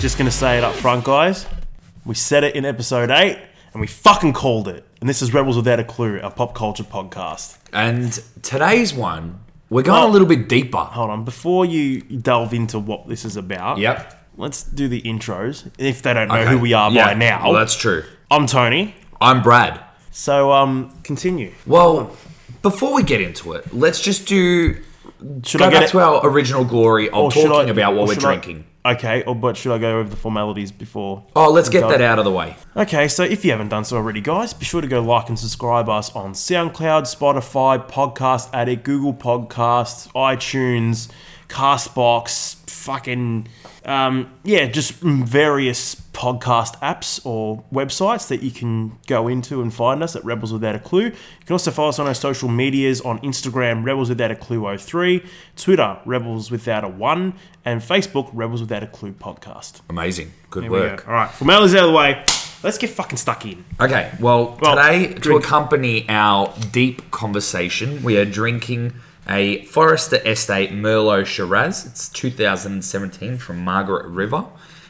Just gonna say it up front, guys. We said it in episode eight, and we fucking called it. And this is Rebels Without a Clue, a pop culture podcast. And today's one, we're going Well- a little bit deeper. Hold on, before you delve into what this is about, Yep. let's do the intros. If they don't know Okay. who we are Yeah. by now, Well, that's true. I'm Tony. I'm Brad. So um, continue. Well, before we get into it, let's just do Should go I get back it? to our original glory of or should talking I- about or what we're should I- drinking. okay, or but should I go over the formalities before? Oh, let's get Go- that out of the way. Okay, so if you haven't done so already, guys, be sure to go like and subscribe us on SoundCloud, Spotify, Podcast Addict, Google Podcasts, iTunes, Castbox, fucking, um, yeah, just various podcast apps or websites that you can go into and find us at Rebels Without a Clue. You can also follow us on our social medias on Instagram, Rebels Without a Clue 03, Twitter, Rebels Without a 1, and Facebook, Rebels Without a Clue Podcast. Amazing. Good There we work. go. All right, formalities out of the way. Let's get fucking stuck in. Okay, well, Well, today to drink. accompany our deep conversation, we are drinking a Forester Estate Merlot Shiraz. It's 2017 from Margaret River.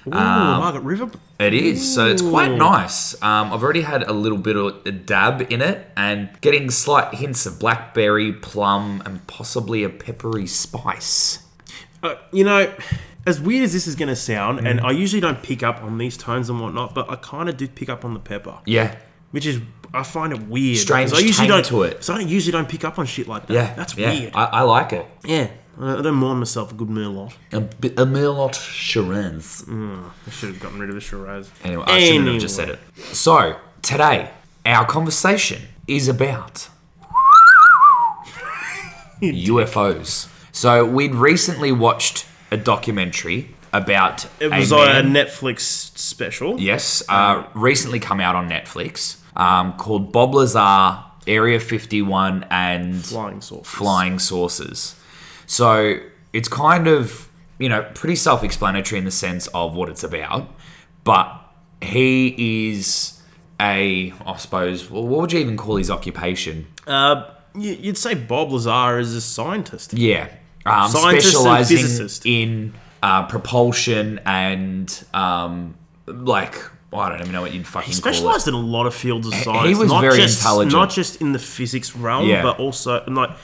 Ooh, Margaret River. Um, It is, so it's quite nice. Um, I've already had a little bit of a dab in it and getting slight hints of blackberry, plum, and possibly a peppery spice. Uh, you know, as weird as this is going to sound, and Mm. I usually don't pick up on these tones and whatnot, but I kind of do pick up on the pepper, Yeah, which is I find it weird. Strange 'cause I usually tang don't to it. So I usually don't pick up on shit like that. yeah. that's yeah. weird. I, I like it. yeah, I I don't mind myself a good merlot. A, bit- a Merlot Shiraz. I should have gotten rid of the Shiraz. Anyway, I shouldn't have just said it. So, today, our conversation is about UFOs. So, we'd recently watched a documentary about. It was a on a man- Netflix special. Yes, uh, recently come out on Netflix um, called Bob Lazar, Area 51, and Flying saucers. Flying Saucers. So it's kind of, you know, pretty self explanatory in the sense of what it's about. But he is a, I suppose, well, what would you even call his occupation? Uh, you- you'd say Bob Lazar is a scientist. Yeah. Um, Scientist and specializing physicist. in uh, propulsion and, um, like, well, I don't even know what you'd fucking He call it. specialized in a lot of fields of science. was not very just, intelligent. not just in the physics realm, Yeah. but also not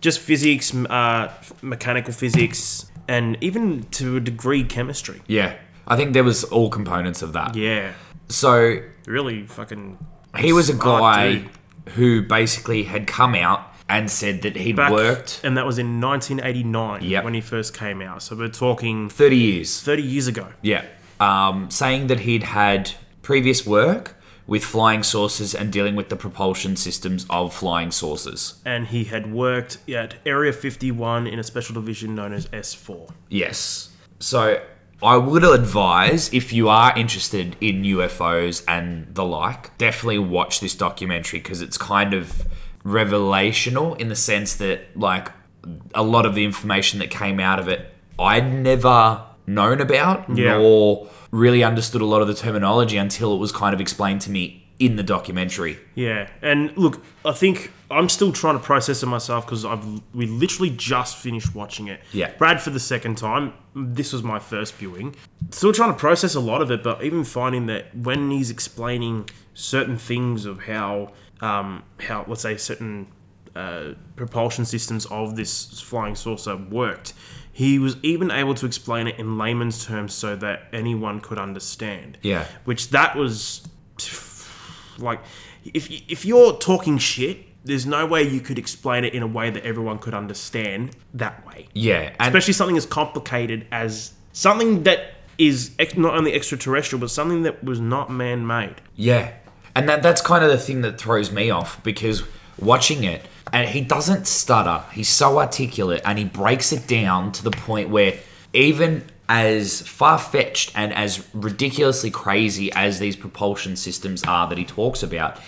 just physics, m- uh, mechanical physics, and even to a degree chemistry. Yeah. I think there was all components of that. Yeah, So really fucking. he was a Smart guy dude. who basically had come out and said that he'd back- worked and that was in 1989 Yep. when he first came out. So we're talking 30 years. 30 years ago. Yeah. Um, saying that he'd had previous work with flying saucers and dealing with the propulsion systems of flying saucers. and he had worked at Area 51 in a special division known as S4. Yes. So I would advise if you are interested in UFOs and the like, definitely watch this documentary because it's kind of revelational in the sense that, like, a lot of the information that came out of it, I'd never known about Yeah. nor really understood a lot of the terminology until it was kind of explained to me in the documentary. Yeah, and look, I think I'm still trying to process it myself because I've we literally just finished watching it. Yeah. Brad for the second time. This was my first viewing. Still trying to process a lot of it, but even finding that when he's explaining certain things of how, um, how let's say certain uh, propulsion systems of this flying saucer worked. He was even able to explain it in layman's terms so that anyone could understand Yeah. which that was like if y- if you're talking shit there's no way you could explain it in a way that everyone could understand that way Yeah. And especially something as complicated as something that is ex- not only extraterrestrial but something that was not man-made Yeah. And that that's kind of the thing that throws me off because watching it and he doesn't stutter. He's so articulate and he breaks it down to the point where even as far-fetched and as ridiculously crazy as these propulsion systems are that he talks about,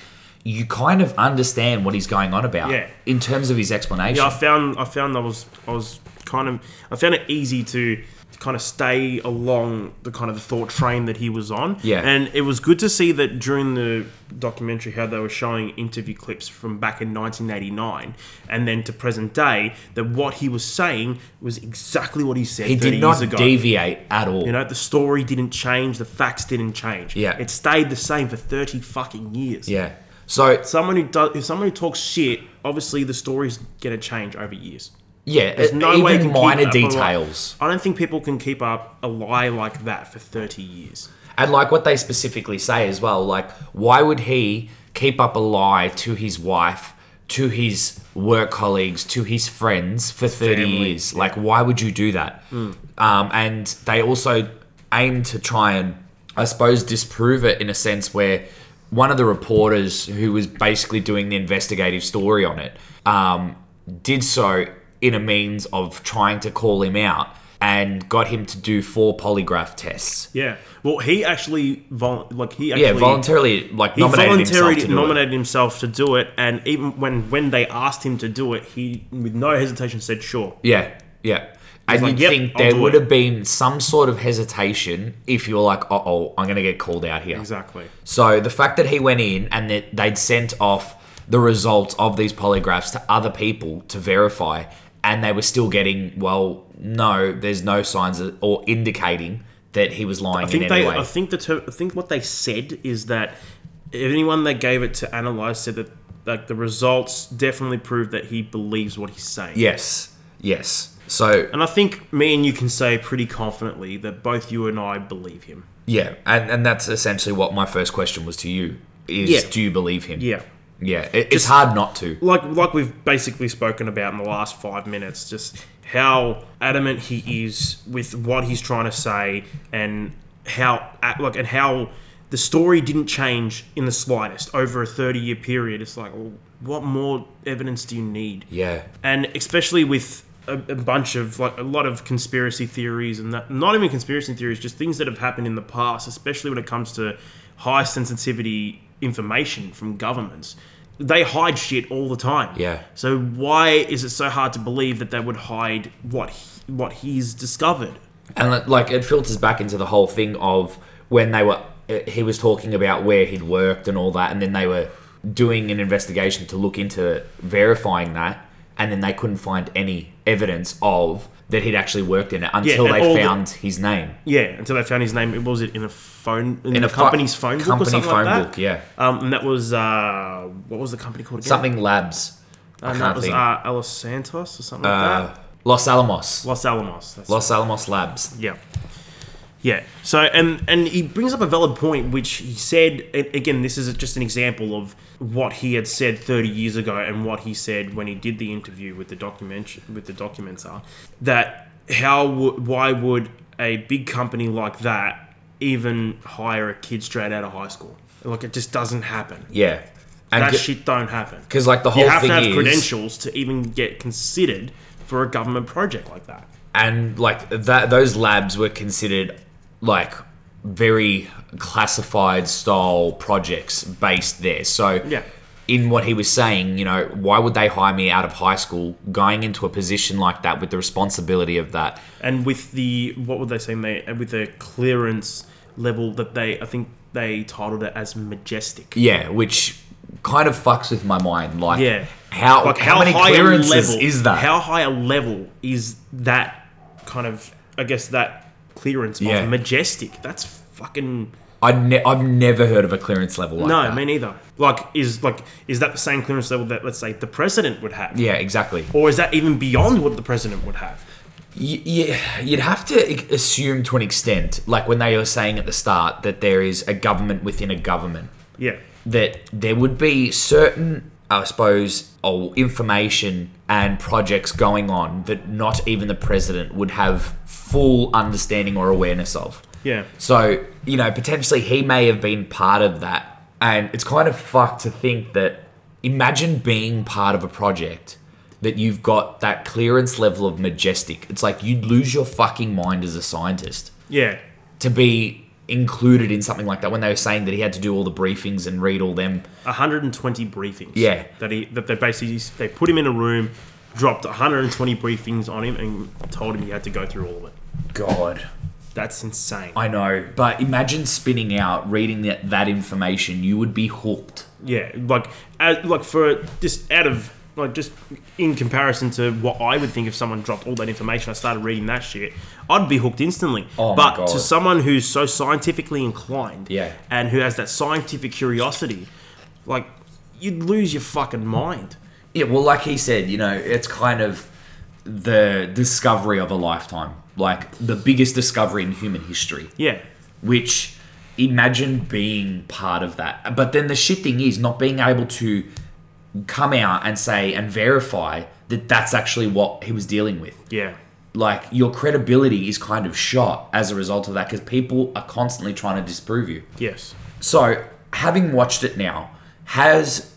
you kind of understand what he's going on about Yeah. in terms of his explanation. yeah i found i found i was i was kind of i found it easy to kind of stay along the kind of the thought train that he was on. Yeah. And it was good to see that during the documentary how they were showing interview clips from back in 1989 and then to present day that what he was saying was exactly what he said He 30 did not years ago. deviate at all. You know, the story didn't change, the facts didn't change. Yeah. It stayed the same for 30 fucking years. yeah. So Someone who does, if someone who talks shit, obviously the story's gonna change over years. yeah, e- There's no even way you can keep minor up a lie. details. I don't think people can keep up a lie like that for 30 years. And like what they specifically say as well, like why would he keep up a lie to his wife, to his work colleagues, to his friends for thirty family, years? Like why would you do that? Um, and they also aim to try and, I suppose, disprove it in a sense where one of the reporters who was basically doing the investigative story on it um, did so in a means of trying to call him out and got him to do four polygraph tests. Yeah. Well, he actually, vol- like, he actually. Yeah, voluntarily, like He nominated voluntarily himself to do nominated himself to do it, and even when, when they asked him to do it, he, with no hesitation, said, sure. it. Yeah, yeah. And like, you'd "Yep, think I'll there do would it." have been some sort of hesitation if you were like, "Uh oh, I'm gonna get called out here." Exactly. So the fact that he went in and that they'd sent off the results of these polygraphs to other people to verify, and they were still getting, well, no, there's no signs of, or indicating that he was lying I think in any they. way. I think the. Ter- I think what they said is that if anyone that gave it to analyze said that like the results definitely prove that he believes what he's saying. yes, yes. So And I think me and you can say pretty confidently that both you and I believe him. Yeah, and, and that's essentially what my first question was to you: is Yeah. do you believe him? Yeah. yeah. It, it's hard not to. Like like we've basically spoken about in the last five minutes, just how adamant he is with what he's trying to say, and how uh, like and how the story didn't change in the slightest over a thirty-year period. It's like, well, what more evidence do you need? Yeah, and especially with a, a bunch of like a lot of conspiracy theories and that, not even conspiracy theories, just things that have happened in the past, especially when it comes to high sensitivity information from governments. They hide shit all the time. Yeah. So why is it so hard to believe that they would hide what he, what he's discovered? and li- like it filters back into the whole thing of when they were uh, he was talking about where he'd worked and all that, and then they were doing an investigation to look into verifying that, and then they couldn't find any evidence of that he'd actually worked in it until and all they the- found his name. Yeah. Until they found his name. What was it in a phone in, In the a fu- company's phone book company or something phone like that? book, yeah. Um, and that was uh, what was the company called? Again? Something Labs. I And can't that was think. uh, Los Santos or something like that. uh, Los Alamos. Los Alamos. That's Los Alamos Labs. Yeah. Yeah. So and and he brings up a valid point, which he said and again. This is just an example of what he had said 30 years ago and what he said when he did the interview with the document with the documenter. That how wo- why would a big company like that even hire a kid straight out of high school? Like it just doesn't happen. Yeah, and That g- shit don't happen. Because like the whole You have to thing have is, credentials to even get considered for a government project like that. and like that, those labs were considered like very classified style projects based there. So Yeah. in what he was saying, you know, why would they hire me out of high school, going into a position like that with the responsibility of that? and with the what were they saying they with the clearance level that they I think they titled it as majestic. Yeah, which kind of fucks with my mind. Like, Yeah. how Like how, how, many high clearances a level is that? How high a level is that kind of I guess that clearance Yeah. of majestic? That's fucking I ne- I've never heard of a clearance level like no, that. me neither. Like is like is that the same clearance level that let's say the president would have? yeah, exactly. Or is that even beyond what the president would have? Y- Yeah, you'd have to i- assume to an extent, like when they were saying at the start that there is a government within a government, Yeah. that there would be certain, I suppose, oh, information and projects going on that not even the president would have full understanding or awareness of. Yeah. So, you know, potentially he may have been part of that. And it's kind of fucked to think that imagine being part of a project that you've got that clearance level of majestic. It's like you'd lose your fucking mind as a scientist Yeah. to be included in something like that when they were saying that he had to do all the briefings and read all them. 120 briefings. Yeah. That he that they basically they put him in a room, dropped 120 briefings on him, and told him he had to go through all of it. God. That's insane. I know, but imagine spinning out, reading that, that information. You would be hooked. yeah, like as, like for just out of like just in comparison to what I would think if someone dropped all that information, I started reading that shit, I'd be hooked instantly. Oh my but God. to someone who's so scientifically inclined, Yeah. and who has that scientific curiosity, like you'd lose your fucking mind. Yeah, well, like he said, you know, it's kind of the discovery of a lifetime, like the biggest discovery in human history. Yeah, Which imagine being part of that. But then the shit thing is not being able to come out and say and verify that that's actually what he was dealing with. yeah, Like your credibility is kind of shot as a result of that because people are constantly trying to disprove you. yes, So, having watched it now, has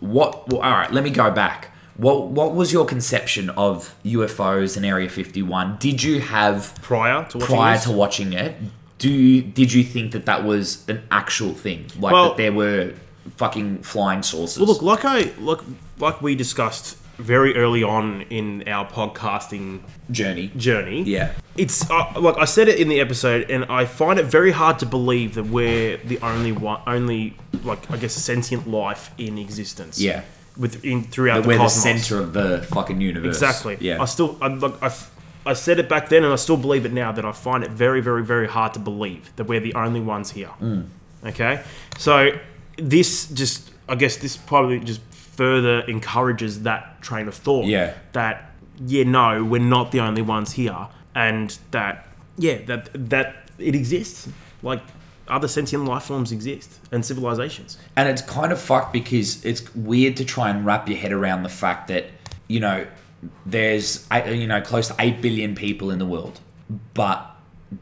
what? Well, all right, let me go back. What What was your conception of UFOs and Area Fifty One? Did you have prior to watching prior this? to watching it? Do you, did you think that that was an actual thing? Like Well- that there were fucking flying saucers? Well, look, like I like like we discussed very early on in our podcasting journey. journey. Yeah. It's uh, like I said it in the episode, and I find it very hard to believe that we're the only one, only like I guess sentient life in existence. Yeah. within throughout the We're cosmos. the center of the fucking universe. Exactly. Yeah. I still, I, like, I, f- I said it back then, and I still believe it now. That I find it very, very, very hard to believe that we're the only ones here. Mm. Okay. So this just, I guess, this probably just further encourages that train of thought. Yeah. That yeah, no, we're not the only ones here, and that yeah, that that it exists. Like other sentient life forms exist and civilizations. And it's kind of fucked because it's weird to try and wrap your head around the fact that, you know, there's, uh, you know, close to 8 billion people in the world. But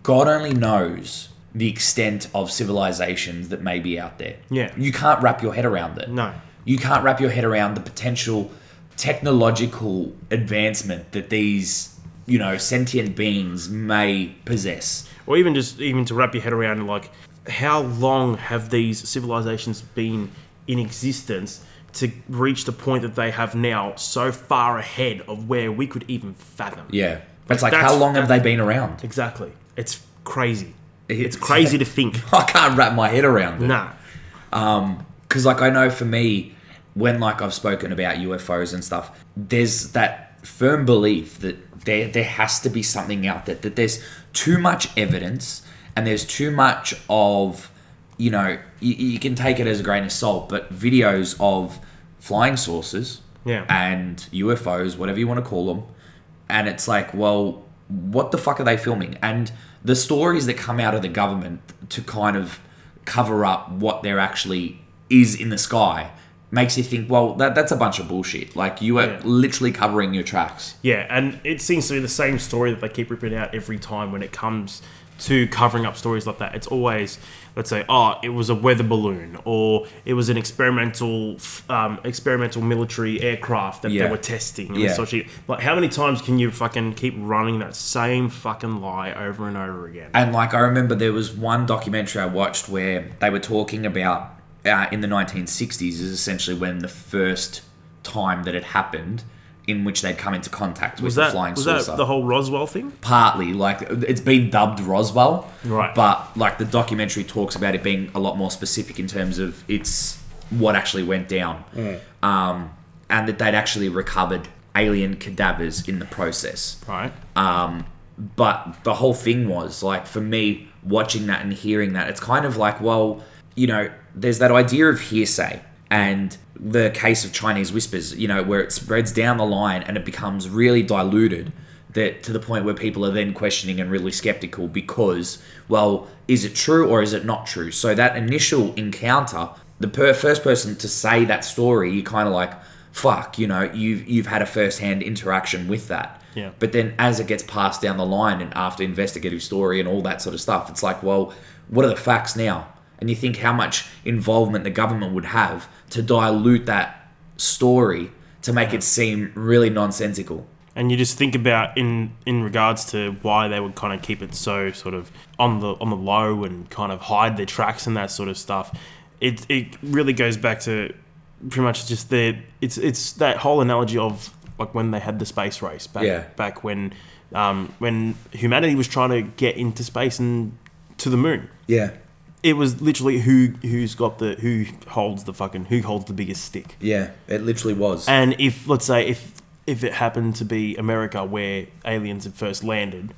God only knows the extent of civilizations that may be out there. Yeah. You can't wrap your head around it. No. You can't wrap your head around the potential technological advancement that these, you know, sentient beings may possess. or even just even to wrap your head around like how long have these civilizations been in existence to reach the point that they have now so far ahead of where we could even fathom Yeah. It's like, That's- how long have they been around? exactly it's crazy it's It's- crazy to think I can't wrap my head around it. nah because like i know for me when like i've spoken about ufos and stuff there's that firm belief that there there has to be something out there that there's too much evidence and there's too much of you know you, you can take it as a grain of salt but videos of flying saucers Yeah. and ufos whatever you want to call them and it's like well what the fuck are they filming and the stories that come out of the government to kind of cover up what there actually is in the sky makes you think well that, that's a bunch of bullshit like you are Yeah. literally covering your tracks yeah and it seems to be the same story that they keep ripping out every time when it comes to covering up stories like that it's always let's say oh it was a weather balloon or it was an experimental f- um, experimental military aircraft that Yeah. they were testing and Yeah. this sort of shit. like how many times can you fucking keep running that same fucking lie over and over again and like i remember there was one documentary i watched where they were talking about uh, in the 1960s is essentially when the first time that it happened in which they'd come into contact with was the that flying was saucer that the whole roswell thing partly like it's been dubbed Roswell, Right. But like the documentary talks about it being a lot more specific in terms of it's what actually went down, um, and that they'd actually recovered alien cadavers in the process. right Um, but the whole thing was like for me watching that and hearing that, it's kind of like well, you know, there's that idea of hearsay. And the case of Chinese whispers, you know, where it spreads down the line and it becomes really diluted that to the point where people are then questioning and really skeptical because, well, is it true or is it not true? So that initial encounter, the per- first person to say that story, you kind of like, fuck, you know, you've you've had a first-hand interaction with that. Yeah. But then as it gets passed down the line and after investigative story and all that sort of stuff, it's like, well, what are the facts now? And you think how much involvement the government would have to dilute that story to make it seem really nonsensical. and you just think about in in regards to why they would kind of keep it so sort of on the on the low and kind of hide their tracks and that sort of stuff. It it really goes back to pretty much just the it's it's that whole analogy of like when they had the space race back Yeah. back when um, when humanity was trying to get into space and to the moon. Yeah. It was literally who who's got the who holds the fucking who holds the biggest stick. Yeah. It literally was. And if let's say if if it happened to be America where aliens had first landed,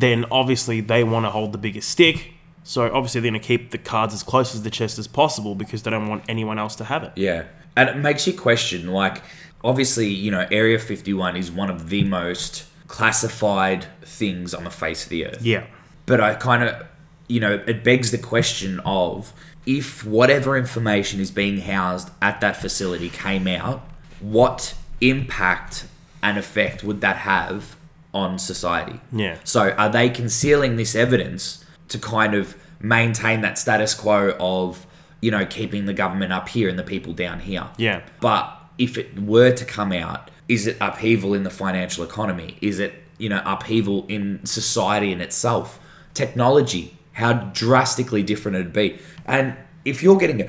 then obviously they want to hold the biggest stick. So obviously they're going to keep the cards as close as the chest as possible because they don't want anyone else to have it. Yeah. And it makes you question like, obviously, you know, Area 51 is one of the most classified things on the face of the earth. Yeah. But I kind of, you know, it begs the question of if whatever information is being housed at that facility came out, what impact and effect would that have on society? Yeah. So are they concealing this evidence to kind of maintain that status quo of, you know, keeping the government up here and the people down here? Yeah. But if it were to come out, is it upheaval in the financial economy? Is it, you know, upheaval in society in itself? Technology, how drastically different it'd be. And if you're getting, a,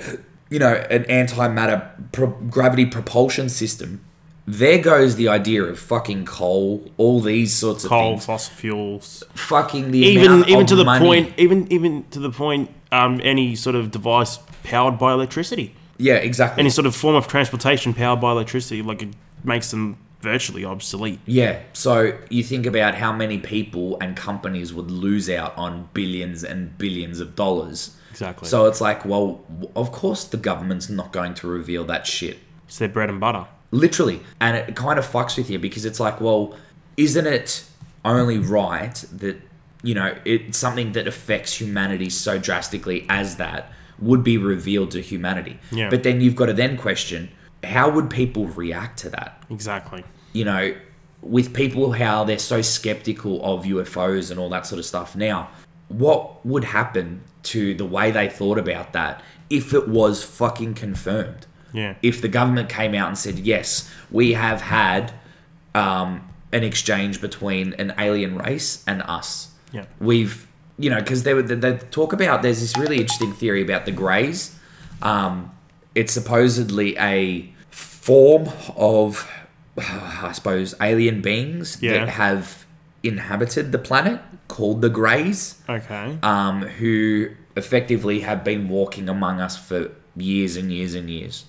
you know, an antimatter pro- gravity propulsion system, there goes the idea of fucking coal, all these sorts of Coal, things. fossil fuels, Fucking the even amount even of to the money- point, even even to the point, um, any sort of device powered by electricity, Yeah, exactly. any sort of form of transportation powered by electricity, like it makes them virtually obsolete. Yeah. So you think about how many people and companies would lose out on billions and billions of dollars. Exactly. So it's like, well, w- of course the government's not going to reveal that shit. It's their bread and butter. Literally. And it kind of fucks with you because it's like, well, isn't it only right that, you know, it's something that affects humanity so drastically as that would be revealed to humanity? Yeah. But then you've got to then question how would people react to that? Exactly. you know, with people how they're so skeptical of UFOs and all that sort of stuff now, what would happen to the way they thought about that if it was fucking confirmed? Yeah. If the government came out and said, yes, we have had um, an exchange between an alien race and us. Yeah. We've, you know, because they, would- they, they talk about, there's this really interesting theory about the Greys. Um, it's supposedly a form of, I suppose, alien beings Yeah. that have inhabited the planet called the Greys, Okay. um, who effectively have been walking among us for years and years and years.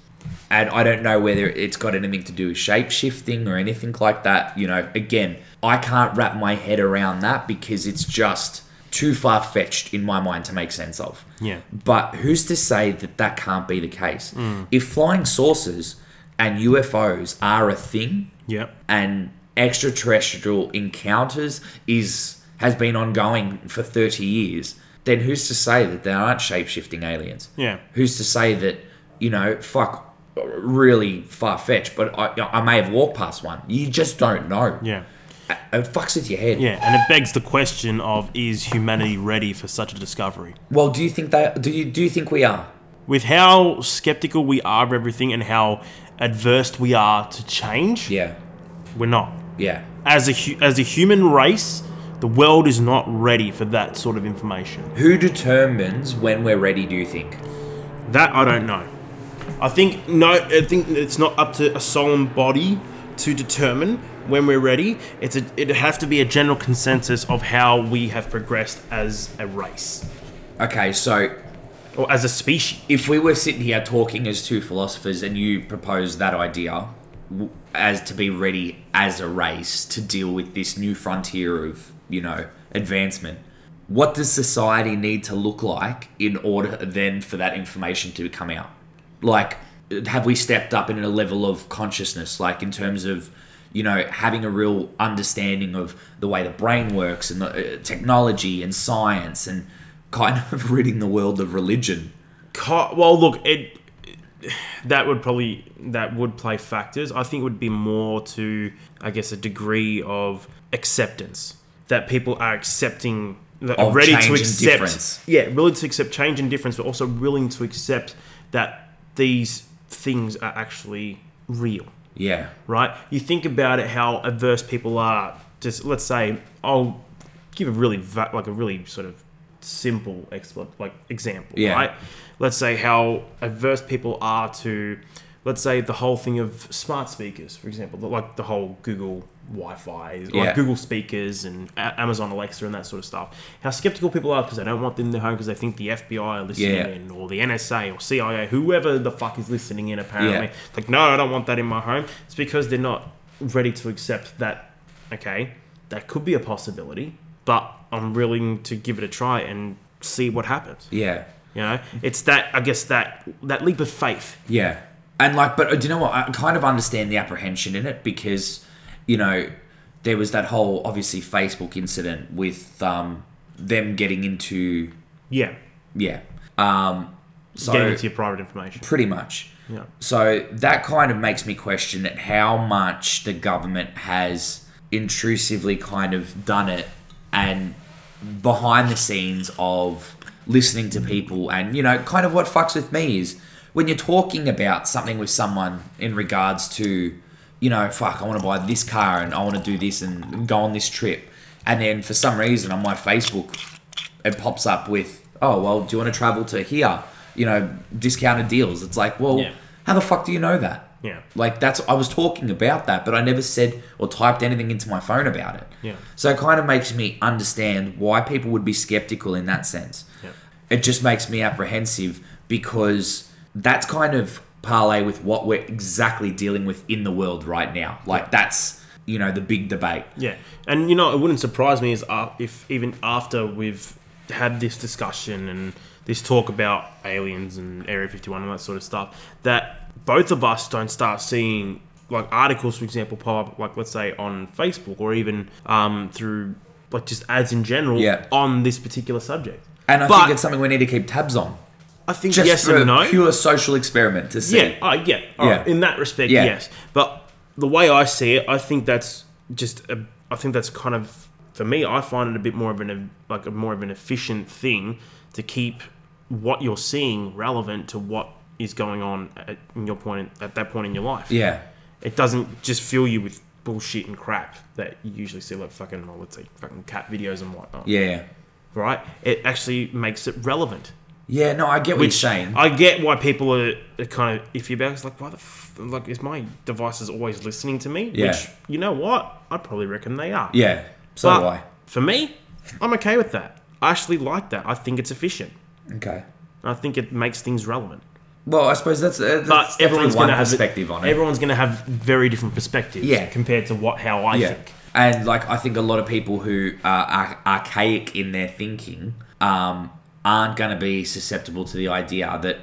And I don't know whether it's got anything to do with shape shifting or anything like that. You know, again, I can't wrap my head around that because it's just too far fetched in my mind to make sense of. Yeah. But who's to say that that can't be the case? If flying saucers and UFOs are a thing, Yep. and extraterrestrial encounters is has been ongoing for 30 years, then who's to say that there aren't shape-shifting aliens? Yeah. Who's to say that, you know, fuck really far-fetched, but I, I may have walked past one. You just don't know. Yeah. It fucks with your head. Yeah, and it begs the question of is humanity ready for such a discovery? Well, do you think that do you do you think we are? With how skeptical we are of everything and how adverse we are to change, Yeah. we're not. Yeah. As a hu- as a human race, the world is not ready for that sort of information. Who determines when we're ready, do you think? That I don't know. I think no. I think it's not up to a solemn body to determine when we're ready. It's a, it'd have to be a general consensus of how we have progressed as a race Okay, so or as a species. if we were sitting here talking as two philosophers and you proposed that idea w- as to be ready as a race to deal with this new frontier of, you know, advancement, what does society need to look like in order then for that information to come out? Like, have we stepped up in a level of consciousness, like in terms of, you know, having a real understanding of the way the brain works and the uh, technology and science and kind of ridding the world of religion? Co- well, look, it that would probably that would play factors. I think it would be more to, I guess, a degree of acceptance that people are accepting, that are Of ready change to and accept, difference. yeah, willing to accept change and difference, but also willing to accept that these things are actually real Yeah. right? You think about it, how adverse people are. Just let's say I'll give a really va- like a really sort of simple expl- like example, Yeah. right? Let's say how adverse people are to let's say the whole thing of smart speakers, for example, like the whole Google Wi-Fi, like Yeah. Google speakers and A- Amazon Alexa and that sort of stuff. How skeptical people are because they don't want them in their home because they think the FBI are listening Yeah. in or the NSA or CIA, whoever the fuck is listening in. Apparently, Yeah. like no, I don't want that in my home. It's because they're not ready to accept that. Okay, that could be a possibility, but I'm willing to give it a try and see what happens. Yeah. You know, it's that I guess that that leap of faith. Yeah. And like, but uh, do you know what? I kind of understand the apprehension in it because, you know, there was that whole obviously Facebook incident with um, them getting into Yeah, yeah, um, so getting into your private information. pretty much. Yeah. So that kind of makes me question at how much the government has intrusively kind of done it and behind the scenes of listening to people and you know kind of what fucks with me is when you're talking about something with someone in regards to you know fuck I want to buy this car and I want to do this and go on this trip and then for some reason on my Facebook it pops up with, oh, well, do you want to travel to here? You know, discounted deals. It's like, well, Yeah. how the fuck do you know that? Yeah. Like, that's, I was talking about that, but I never said or typed anything into my phone about it. Yeah. So it kind of makes me understand why people would be skeptical in that sense. Yeah. It just makes me apprehensive because that's kind of parlay with what we're exactly dealing with in the world right now. Like, that's, you know, the big debate. Yeah, and you know, it wouldn't surprise me is uh, if even after we've had this discussion and this talk about aliens and Area Fifty One and that sort of stuff, that both of us don't start seeing like articles, for example, pop up, like let's say on Facebook or even um, through like just ads in general Yeah. on this particular subject. And I But think it's something we need to keep tabs on. I think just yes for and a no. pure social experiment to see. Yeah, oh, yeah. All Yeah. right. In that respect, Yeah. yes. But the way I see it, I think that's just. A, I think that's kind of for me. I find it a bit more of an like a more of an efficient thing to keep what you're seeing relevant to what is going on at in your point at that point in your life. Yeah. It doesn't just fill you with bullshit and crap that you usually see like fucking well, let's say fucking cat videos and whatnot. Yeah. Right? It actually makes it relevant. Yeah, no, I get what Which you're saying. I get why people are, are kind of iffy about. It. It's like, why the f- like is my devices always listening to me? Yeah. Which you know what? I probably reckon they are. yeah. So but do I. for me, I'm okay with that. I actually like that. I think it's efficient. Okay. I think it makes things relevant. Well, I suppose that's, uh, that's But definitely everyone's one going to have perspective on it. Everyone's going to have very different perspectives. Yeah. Compared to what how I yeah. think. And like, I think a lot of people who are ar- archaic in their thinking um, aren't going to be susceptible to the idea that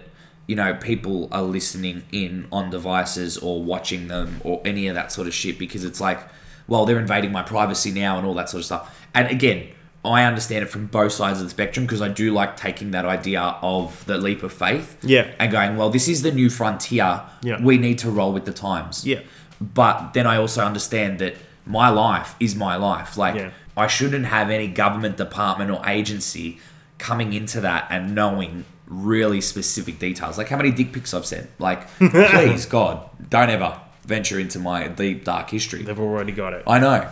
you know people are listening in on devices or watching them or any of that sort of shit because it's like, well, they're invading my privacy now and all that sort of stuff. And again. I understand it from both sides of the spectrum because I do like taking that idea of the leap of faith Yeah. and going, well, this is the new frontier. Yeah. We need to roll with the times. Yeah. But then I also understand that my life is my life. Like Yeah. I shouldn't have any government department or agency coming into that and knowing really specific details. Like how many dick pics I've sent. Like please God, don't ever venture into my deep dark history. They've already got it. I know.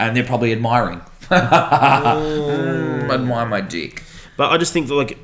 And they're probably admiring. Mm, admire my dick. But I just think that like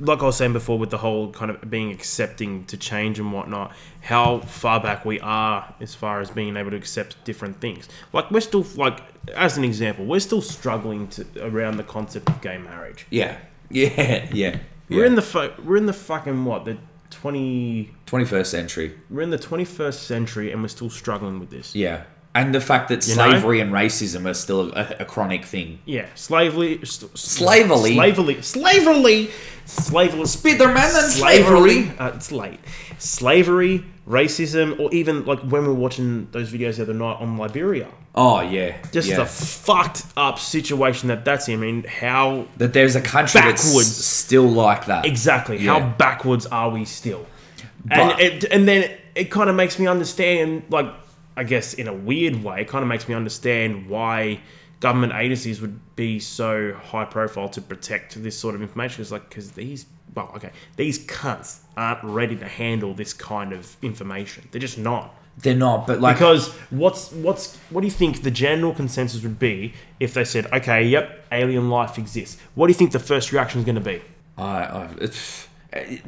like I was saying before with the whole kind of being accepting to change and whatnot, how far back we are as far as being able to accept different things. Like we're still like as an example, we're still struggling to around the concept of gay marriage. Yeah. Yeah. Yeah. We're in the fu- we're in the fucking what the twenty 21st century. we're in the twenty first century and we're still struggling with this. Yeah. And the fact that know? slavery and racism are still a, a chronic thing. Yeah, slavery, st- Slavery. slavery, slavery, slavery. Spiderman and slavery. Uh, it's late. Slavery, racism, or even like when we were watching those videos the other night on Liberia. Oh yeah, Just yeah. the fucked up situation that that's in. I mean, how that there's a country Backwards. that's still like that. exactly Yeah. how backwards are we still? But- and it, and then it, kind of makes me understand, like I guess in a weird way, it kind of makes me understand why government agencies would be so high profile to protect this sort of information. It's like because these, well, okay, these cunts aren't ready to handle this kind of information. They're just not. They're not, but like Because what's what's what do you think the general consensus would be if they said, okay, yep, alien life exists? What do you think the first reaction is going to be? I, I, it's,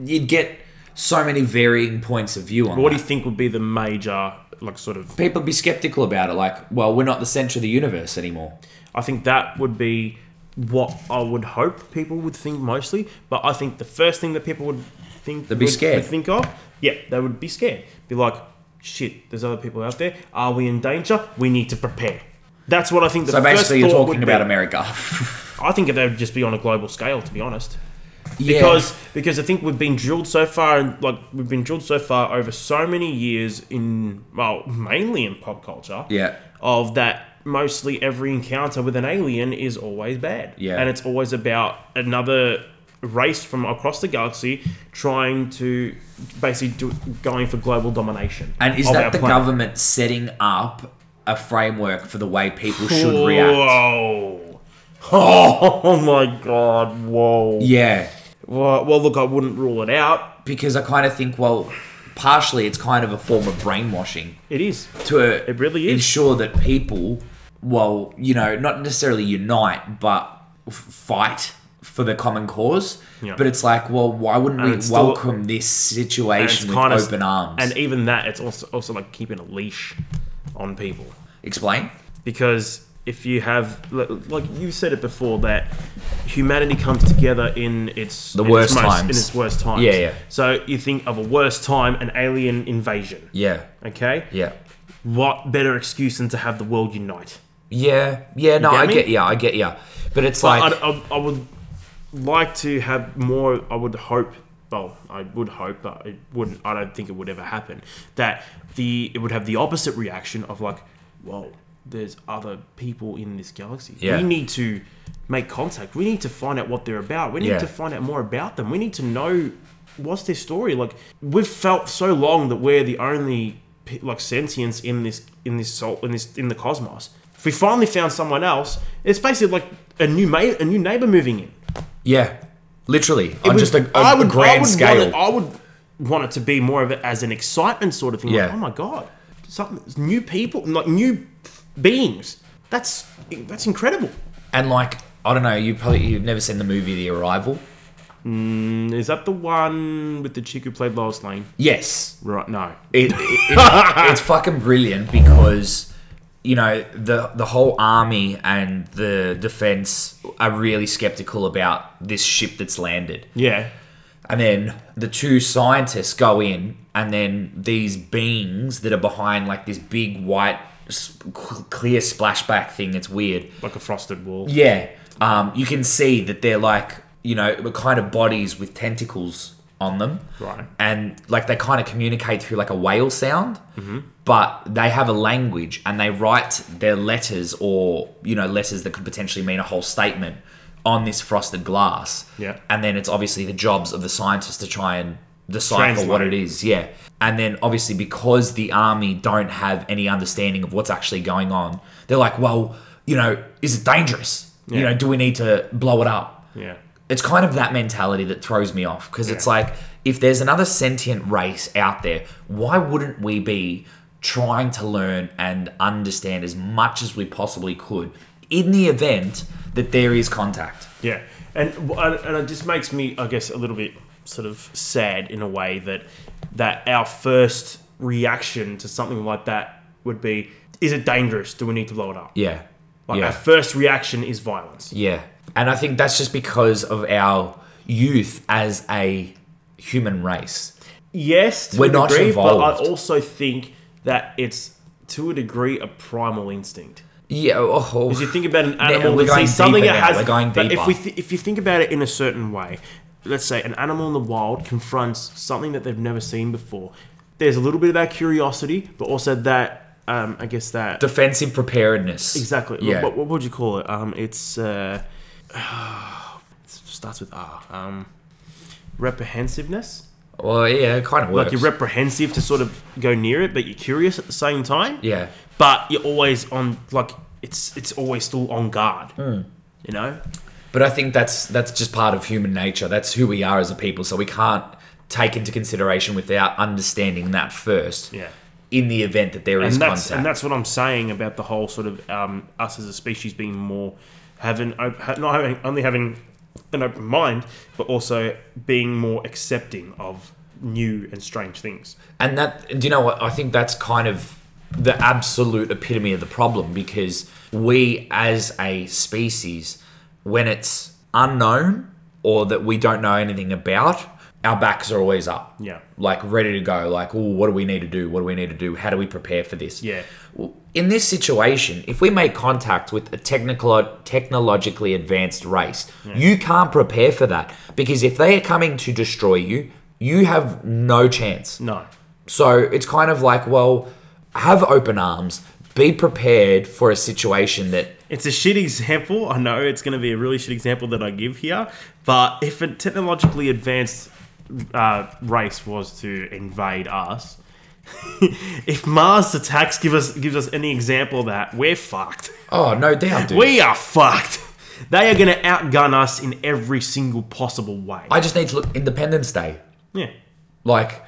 you'd get so many varying points of view on What that. do you think would be the major, like, sort of? People be skeptical about it, like, well, we're not the centre of the universe anymore. I think that would be what I would hope people would think mostly. But I think the first thing that people would think They'd be would- scared. would think of, yeah, they would be scared. Be like, shit, there's other people out there. Are we in danger? We need to prepare. That's what I think. The So first basically, you're thought talking would about be. America. I think they would just be on a global scale, to be honest. Yeah. because because I think we've been drilled so far, and like we've been drilled so far over so many years in well, mainly in pop culture. Yeah. Of that, mostly every encounter with an alien is always bad. Yeah. and it's always about another race from across the galaxy trying to basically do, going for global domination. And is of our that the planet. government setting up a framework for the way people should react? Whoa. Oh my god, whoa. Yeah. Well, well, look, I wouldn't rule it out. Because I kind of think, well, partially it's kind of a form of brainwashing It is. to it really is. ensure that people, well, you know, not necessarily unite, but f- fight for the common cause. Yeah. But it's like, well, why wouldn't we it's still- welcome this situation with kinda s- open arms? And even that, it's also also like keeping a leash on people Explain. because if you have, li- like you said it before, that humanity comes together in its the worst its times. in its worst times. Yeah, yeah. So you think of a worst time, an alien invasion. Yeah. Okay. Yeah. What better excuse than to have the world unite? Yeah. Yeah. No, get I me? get. Yeah, I get. Yeah. But it's I, like, I, I would like to have more. I would hope. Well, I would hope, but it wouldn't. I don't think it would ever happen. That the it would have the opposite reaction of like, whoa, there's other people in this galaxy. Yeah. We need to make contact. We need to find out what they're about. We need Yeah. to find out more about them. We need to know what's their story. Like we've felt so long that we're the only pe- like sentience in this in this soul in this in the cosmos. If we finally found someone else, it's basically like a new ma- a new neighbor moving in. yeah, literally on Would- just a, a- I a grand I would scale. Want it, I would want it to be more of it as an excitement sort of thing. Like, Yeah. oh my god, something new people, like new beings. That's that's incredible. and like, I don't know. You probably you've never seen the movie The Arrival. Is that the one with the chick who played Lois Lane? Yes. Right. No. It, it, it- it's fucking brilliant because you know the the whole army and the defense are really skeptical about this ship that's landed. Yeah. And then the two scientists go in, and then these beings that are behind like this big white, s- cl- clear splashback thing. It's weird. Like a frosted wall. Yeah. Um, you can see that they're like, you know, the kind of bodies with tentacles on them. Right. And like they kind of communicate through like a whale sound, Mm-hmm. but they have a language and they write their letters or, you know, letters that could potentially mean a whole statement on this frosted glass. Yeah. And then it's obviously the jobs of the scientists to try and decipher what Translate. it is. Yeah. And then obviously because the army don't have any understanding of what's actually going on, they're like, well, you know, is it dangerous? You Yeah. know, do we need to blow it up? Yeah. It's kind of that mentality that throws me off because it's like if there's another sentient race out there, why wouldn't we be trying to learn and understand as much as we possibly could in the event that there is contact? Yeah, and and it just makes me, I guess, a little bit sort of sad in a way that that our first reaction to something like that would be, is it dangerous? Do we need to blow it up? Yeah. Like yeah. our first reaction is violence. Yeah. And I think that's just because of our youth as a human race. Yes, to We're a not degree, but involved. I also think that it's to a degree a primal instinct. Yeah. Oh, oh. Because you think about an Yeah, animal we're that going sees something deeper it now, has. we're going but deeper. if we th- if you think about it in a certain way, let's say an animal in the wild confronts something that they've never seen before. There's a little bit of that curiosity, but also that um, I guess that defensive preparedness. exactly. Yeah. What, what would you call it? Um, it's uh, it starts with R. Um, reprehensiveness. well, yeah, it kind of Like works. you're reprehensive to sort of go near it, but you're curious at the same time. yeah. But you're always on like it's it's always still on guard. Hmm. You know. But I think that's that's just part of human nature. That's who we are as a people. So we can't take into consideration without understanding that first. Yeah. In the event that there is and that's contact. and that's what I'm saying about the whole sort of um, us as a species being more having op- ha- not having only having an open mind, but also being more accepting of new and strange things. And that, do you know what? I think that's kind of the absolute epitome of the problem because we as a species, when it's unknown or that we don't know anything about, our backs are always up. Yeah. Like ready to go. Like, oh, what do we need to do? What do we need to do? How do we prepare for this? Yeah. Well, In this situation, if we make contact with a technical, technologically advanced race, you can't prepare for that because if they are coming to destroy you, you have no chance. No. So it's kind of like, well, have open arms, be prepared for a situation that It's a shit example. I know it's going to be a really shit example that I give here, but if a technologically advanced uh, race was to invade us, if Mars attacks give us gives us any example of that, we're fucked. oh no doubt, dude. We are fucked. They are going to outgun us in every single possible way. I just need to look Independence Day. yeah. Like,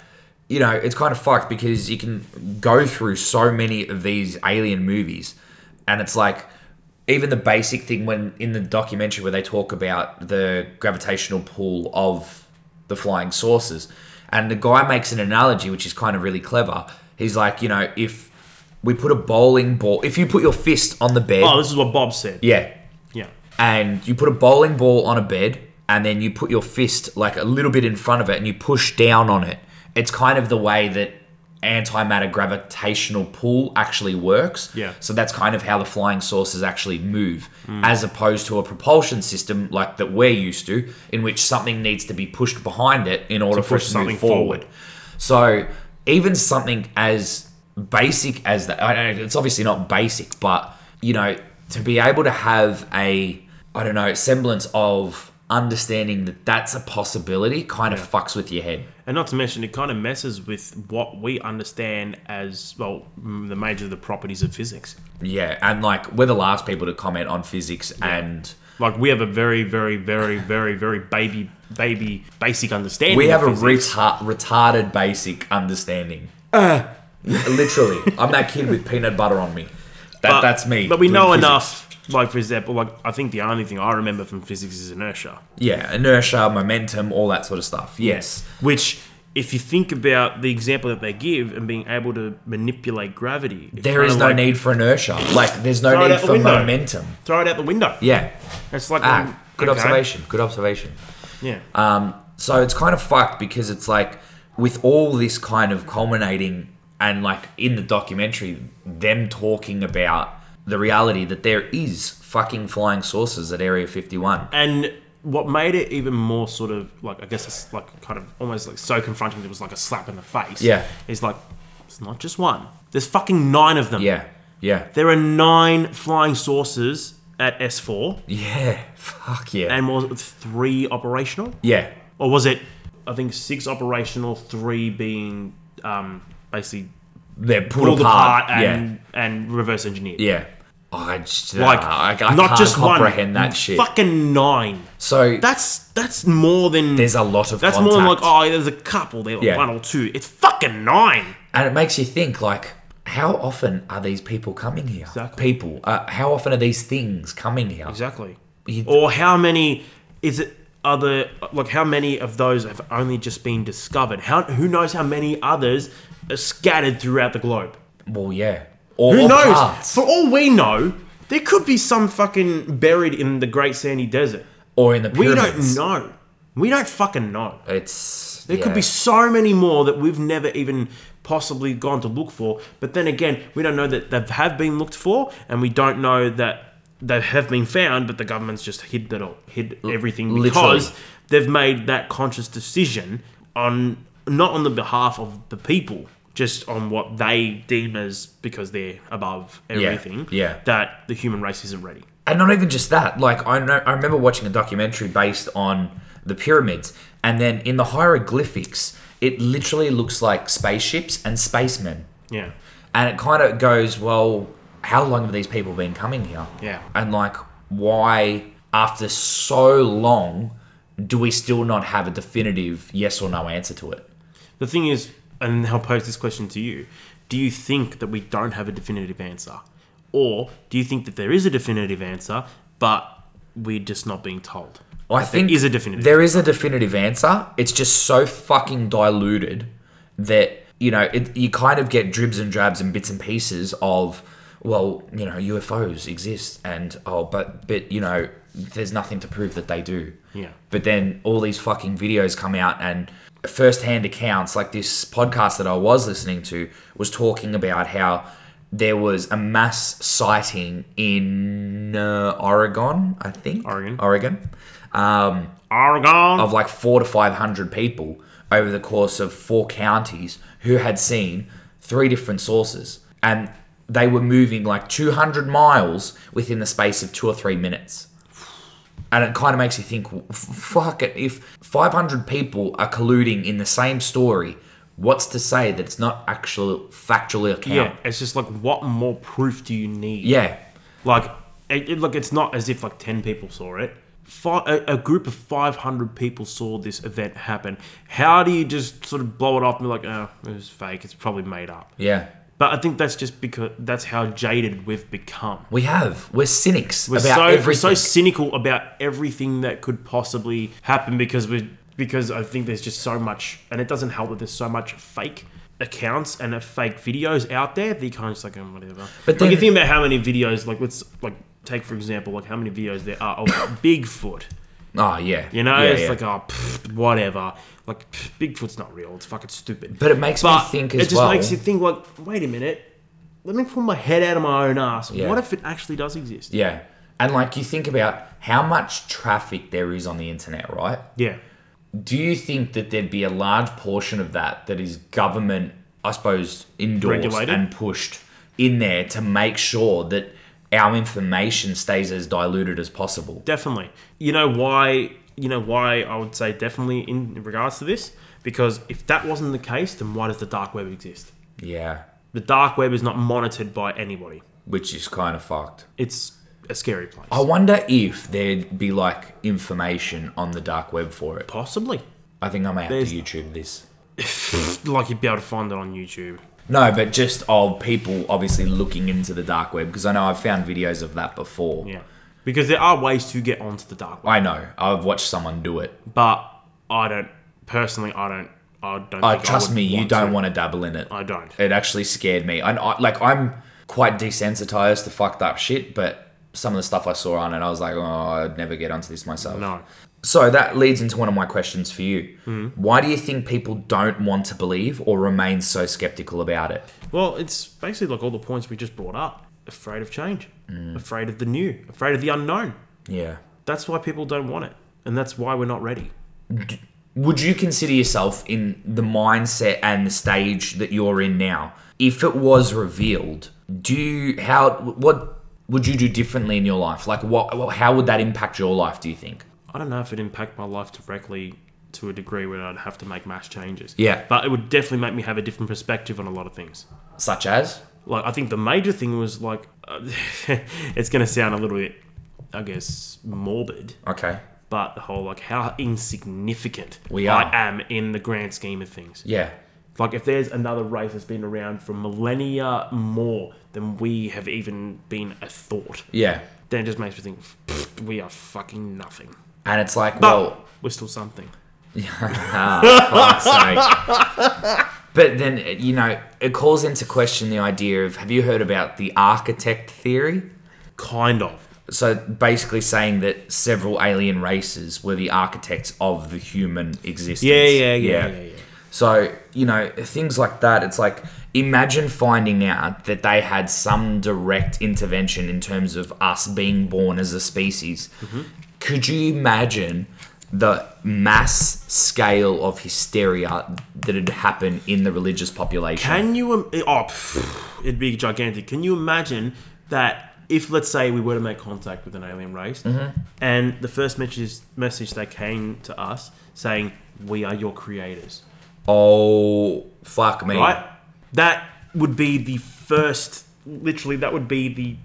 you know, it's kind of fucked because you can go through so many of these alien movies and it's like even the basic thing when in the documentary where they talk about the gravitational pull of the flying saucers and the guy makes an analogy which is kind of really clever. He's like, you know, if we put a bowling ball, if you put your fist on the bed, Oh, this is what Bob said. yeah, Yeah. and you put a bowling ball on a bed and then you put your fist like a little bit in front of it and you push down on it. It's kind of the way that antimatter gravitational pull actually works. Yeah. So that's kind of how the flying saucers actually move, as opposed to a propulsion system like that we're used to, in which something needs to be pushed behind it in order for push it to something move forward. forward. So even something as basic as that, I don't know, it's obviously not basic, but you know, to be able to have a, I don't know, semblance of understanding that that's a possibility kind of fucks with your head. And not to mention, it kind of messes with what we understand as, well, mm, the major of the properties of physics. Yeah. And like, we're the last people to comment on physics and. Like we have a very, very, very, very, very baby, baby, basic understanding. We have a of physics. Uh. retar- retarded basic understanding. Literally, I'm that kid with peanut butter on me. That, But- that's me. But we doing know physics. enough. Like for example, like I think the only thing I remember from physics is inertia, Yeah, inertia, momentum, all that sort of stuff. Yes. which, if you think about the example that they give and being able to manipulate gravity, it There is kinda no like- need for inertia. Like, there's Throw no it need out the for window. momentum. Throw it out the window. Yeah. it's like Ah, um, good okay. observation. Good observation. Yeah, Um, so it's kind of fucked because it's like with all this kind of culminating and like in the documentary, them talking about the reality that there is fucking flying saucers at Area 51. and what made it even more sort of like I guess it's like kind of almost like so confronting. It was like a slap in the face. Yeah. it's like it's not just one. There's fucking nine of them. Yeah. Yeah. There are nine flying saucers at S4, Yeah. Fuck yeah. and was it three operational? yeah. Or was it, I think, six operational, three being um, basically They're pulled, pulled apart, apart. and, and reverse engineered? yeah. Yeah. I just, uh, Like, I, I not can't just comprehend one, that shit. Fucking nine. So That's that's more than. there's a lot of that's contact. more than like, oh, there's a couple there, like Yeah. one or two. It's fucking nine. and it makes you think like how often are these people coming here Exactly. people uh, how often are these things coming here Exactly. You- Or how many is it other like how many of those have only just been discovered? How who knows how many others are scattered throughout the globe? well yeah or, Who or knows? parts. For all we know, there could be some fucking buried in the Great Sandy Desert. or in the We pyramids don't know. We don't fucking know. it's There could be so many more that we've never even possibly gone to look for. But then again, we don't know that they have been looked for, and we don't know that they have been found. But the government's just hid that all, hid everything literally. because they've made that conscious decision on not on the behalf of the people, just on what they deem as because they're above everything. yeah. that the human race isn't ready. and not even just that like i know i remember watching a documentary based on the pyramids and then in the hieroglyphics it literally looks like spaceships and spacemen Yeah, and it kind of goes, well, how long have these people been coming here? Yeah. And like, why after so long do we still not have a definitive yes or no answer to it? the thing is, and I'll pose this question to you: Do you think that we don't have a definitive answer, or do you think that there is a definitive answer, but we're just not being told? I think is a definitive There is a definitive answer. It's just so fucking diluted that you know it, you kind of get dribs and drabs and bits and pieces of well, you know, UFOs exist and oh, but but you know, there's nothing to prove that they do. Yeah. But then all these fucking videos come out and first-hand accounts like this podcast that I was listening to was talking about how there was a mass sighting in uh, Oregon, I think. Oregon. Oregon. Um, Oregon. of like four to five hundred people over the course of four counties who had seen three different sources, and they were moving like two hundred miles within the space of two or three minutes. And it kind of makes you think, w- f- fuck it. If five hundred people are colluding in the same story, what's to say that it's not actual factually account? yeah, it's just like what more proof do you need? yeah. Like, it, it, look, it's not as if like ten people saw it. Fi a, a group of five hundred people saw this event happen. How do you just sort of blow it off and be like, oh, it was fake. It's probably made up. yeah. But I think that's just because that's how jaded we've become. We have. We're cynics We're about so we're everything. so cynical about everything that could possibly happen because we because I think there's just so much, and it doesn't help that there's so much fake accounts and uh, fake videos out there. That you kind of just like oh, whatever. But But then- like, you think about how many videos, like let's like take for example, like how many videos there are of Bigfoot. oh yeah. You know, Yeah, it's yeah. like oh pfft, whatever. Like pfft, Bigfoot's not real. It's fucking stupid. But it makes me think as it just well- makes you think like, wait a minute. Let me pull my head out of my own ass. Yeah. What if it actually does exist? Yeah. And like you think about how much traffic there is on the internet, right? Yeah. Do you think that there'd be a large portion of that that is government, I suppose, endorsed Regulated? and pushed in there to make sure that our information stays as diluted as possible? definitely. You know why? You know why I would say definitely in regards to this because if that wasn't the case, then why does the dark web exist? Yeah. The dark web is not monitored by anybody. Which is kind of fucked. It's a scary place. I wonder if there'd be like information on the dark web for it. Possibly, I think I may have There's- to YouTube this. like you'd be able to find it on YouTube. No, but just of people obviously looking into the dark web because I know I've found videos of that before. Yeah, because there are ways to get onto the dark web, I know. I've watched someone do it. but I don't personally. I don't. I don't. Uh, think trust I would me, you don't to. want to dabble in it. I don't. It actually scared me. And I, like, I'm quite desensitized to fucked up shit, but some of the stuff I saw on it, I was like, oh, I'd never get onto this myself. No. So that leads into one of my questions for you. Why do you think people don't want to believe or remain so skeptical about it? Well, it's basically like all the points we just brought up. Afraid of change. Mm. Afraid of the new. Afraid of the unknown. Yeah. That's why people don't want it. And that's why we're not ready. Would you consider yourself in the mindset and the stage that you're in now? If it was revealed, do you, how what would you do differently in your life? Like what well, how would that impact your life, do you think? I don't know if it impact my life directly to a degree where I'd have to make mass changes. Yeah. But it would definitely make me have a different perspective on a lot of things. Such as? Like, I think the major thing was like, uh, it's going to sound a little bit, I guess, morbid, Okay. but the whole like how insignificant We are. I am in the grand scheme of things. Yeah. Like, if there's another race that's been around for millennia more than we have even been a thought, Yeah. then it just makes me think, "Pfft, we are fucking nothing. And it's like, But well, we're still something. fuck's sake. But then, you know, it calls into question the idea of have you heard about the architect theory? Kind of. So basically saying that several alien races were the architects of the human existence. Yeah, yeah, yeah, yeah, yeah. So, you know, things like that, it's like imagine finding out that they had some direct intervention in terms of us being born as a species. Mm-hmm. Could you imagine the mass scale of hysteria that had happened in the religious population? Can you? im- Oh, pff, it'd be gigantic. Can you imagine that if, let's say, we were to make contact with an alien race, and the first message message they came to us saying, "We are your creators," oh, fuck me. right? That would be the first. Literally, that would be the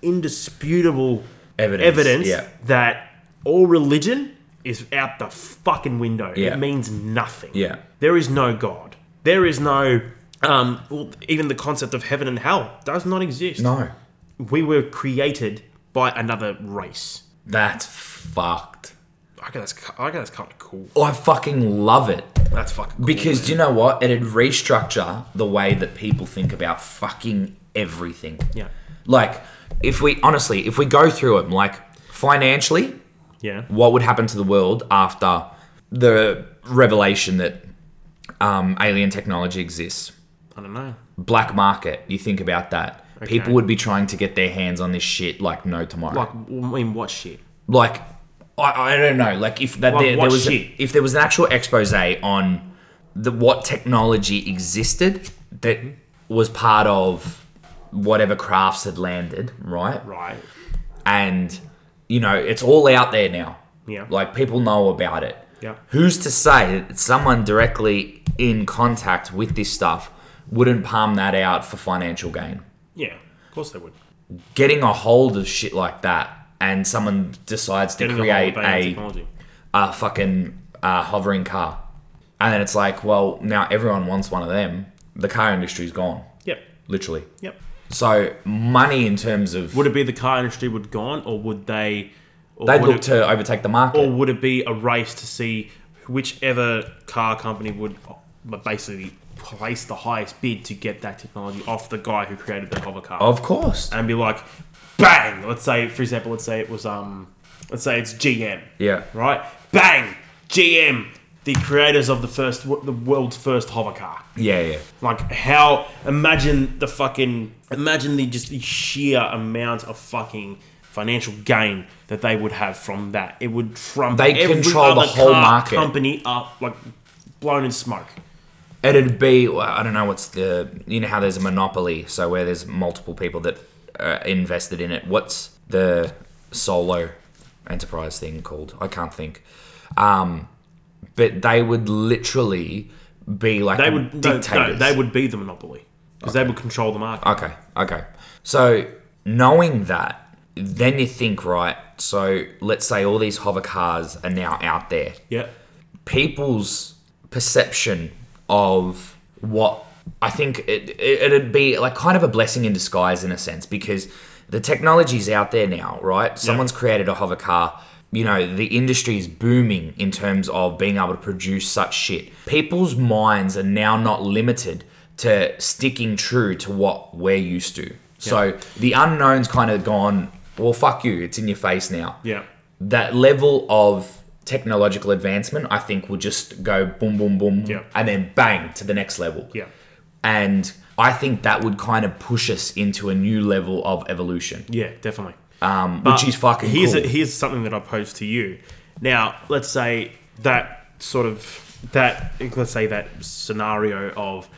indisputable Evidence, evidence yeah. that all religion is out the fucking window. Yeah. It means nothing. Yeah. There is no God. There is no. Um, well, even the concept of heaven and hell does not exist. No. We were created by another race. That's fucked. reckon that's cu- I reckon that's kind of cool. Oh, I fucking love it. That's fucking cool. Because do you know what? It'd restructure the way that people think about fucking everything. yeah, Like, if we honestly, if we go through it, like financially, yeah, what would happen to the world after the revelation that um, alien technology exists? I don't know. Black market. You think about that. People would be trying to get their hands on this shit like no tomorrow. Like, I mean, what shit? like I, I don't know like if that Like there, there what was shit? if there was an actual expose on the what technology existed that Mm-hmm. was part of whatever crafts had landed right Right. and you know it's all out there now Yeah. like people know about it Yeah. who's to say that someone directly in contact with this stuff wouldn't palm that out for financial gain Yeah. Of course they would. getting a hold of shit like that and someone decides to Getting a hold create of alien a technology. a fucking uh, hovering car. And then it's like, well, now everyone wants one of them. The car industry's gone, Yep. literally. Yep. So money in terms of Would it be the car industry would gone, or would they? Or they'd would look it, to overtake the or market. would it be a race to see whichever car company would basically place the highest bid to get that technology off the guy who created the hover car? Of course. and be like, bang. Let's say, for example, let's say it was um, let's say it's GM. Yeah. Right. Bang. GM, the creators of the first, the world's first hover car. Yeah, yeah. Like how? Imagine the fucking, imagine the just the sheer amount of fucking financial gain that they would have from that. It would trump They every control the other whole car market. company up like blown in smoke. It'd be, well, I don't know what's the, you know how there's a monopoly, so where there's multiple people that are invested in it. What's the solo enterprise thing called? I can't think. Um, but they would literally be like They would no, dictators. Uh, no, they would be the monopoly because they would control the market. Okay, okay. So knowing that, then you think, right? So let's say all these hover cars are now out there. yeah. People's perception of what I think it, it, it'd be like kind of a blessing in disguise in a sense because the technology's out there now, right? Someone's created a hover car. You know, the industry is booming in terms of being able to produce such shit. People's minds are now not limited to sticking true to what we're used to. So the unknown's kind of gone, well, fuck you, it's in your face now Yeah. that level of technological advancement, I think, will just go boom, boom, boom, Yeah. and then bang to the next level. Yeah. And I think that would kind of push us into a new level of evolution, Yeah, definitely. um, But which is fucking Here's cool. a, here's something that I pose to you. Now, let's say that sort of that let's say that scenario of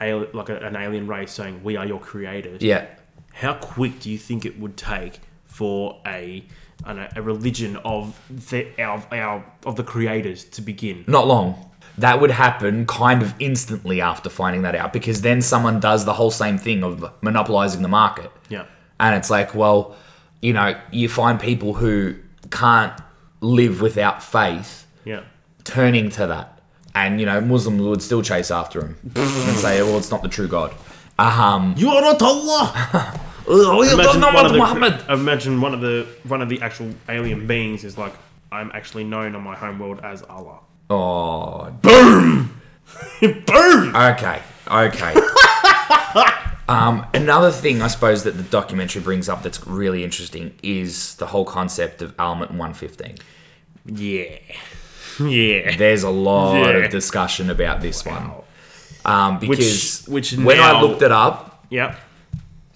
al- like a, an alien race saying we are your creators. yeah. How quick do you think it would take for a I don't know, a religion of the our, our of the creators to begin? Not long. That would happen kind of instantly after finding that out because then someone does the whole same thing of monopolizing the market. Yeah. And it's like, well, you know, you find people who can't live without faith. Yeah. turning to that. And, you know, Muslims would still chase after him and say, well, it's not the true God. Um, You are not Allah. imagine Imagine not one, of Muhammad. the, Muhammad. imagine one of the one of the actual alien beings is like I'm actually known on my home world as Allah. Oh, Boom! okay, okay. um, another thing I suppose that the documentary brings up that's really interesting is the whole concept of element 115. Yeah. Yeah. There's a lot Yeah. of discussion about this one. Um, because which when I now- looked it up, Yep.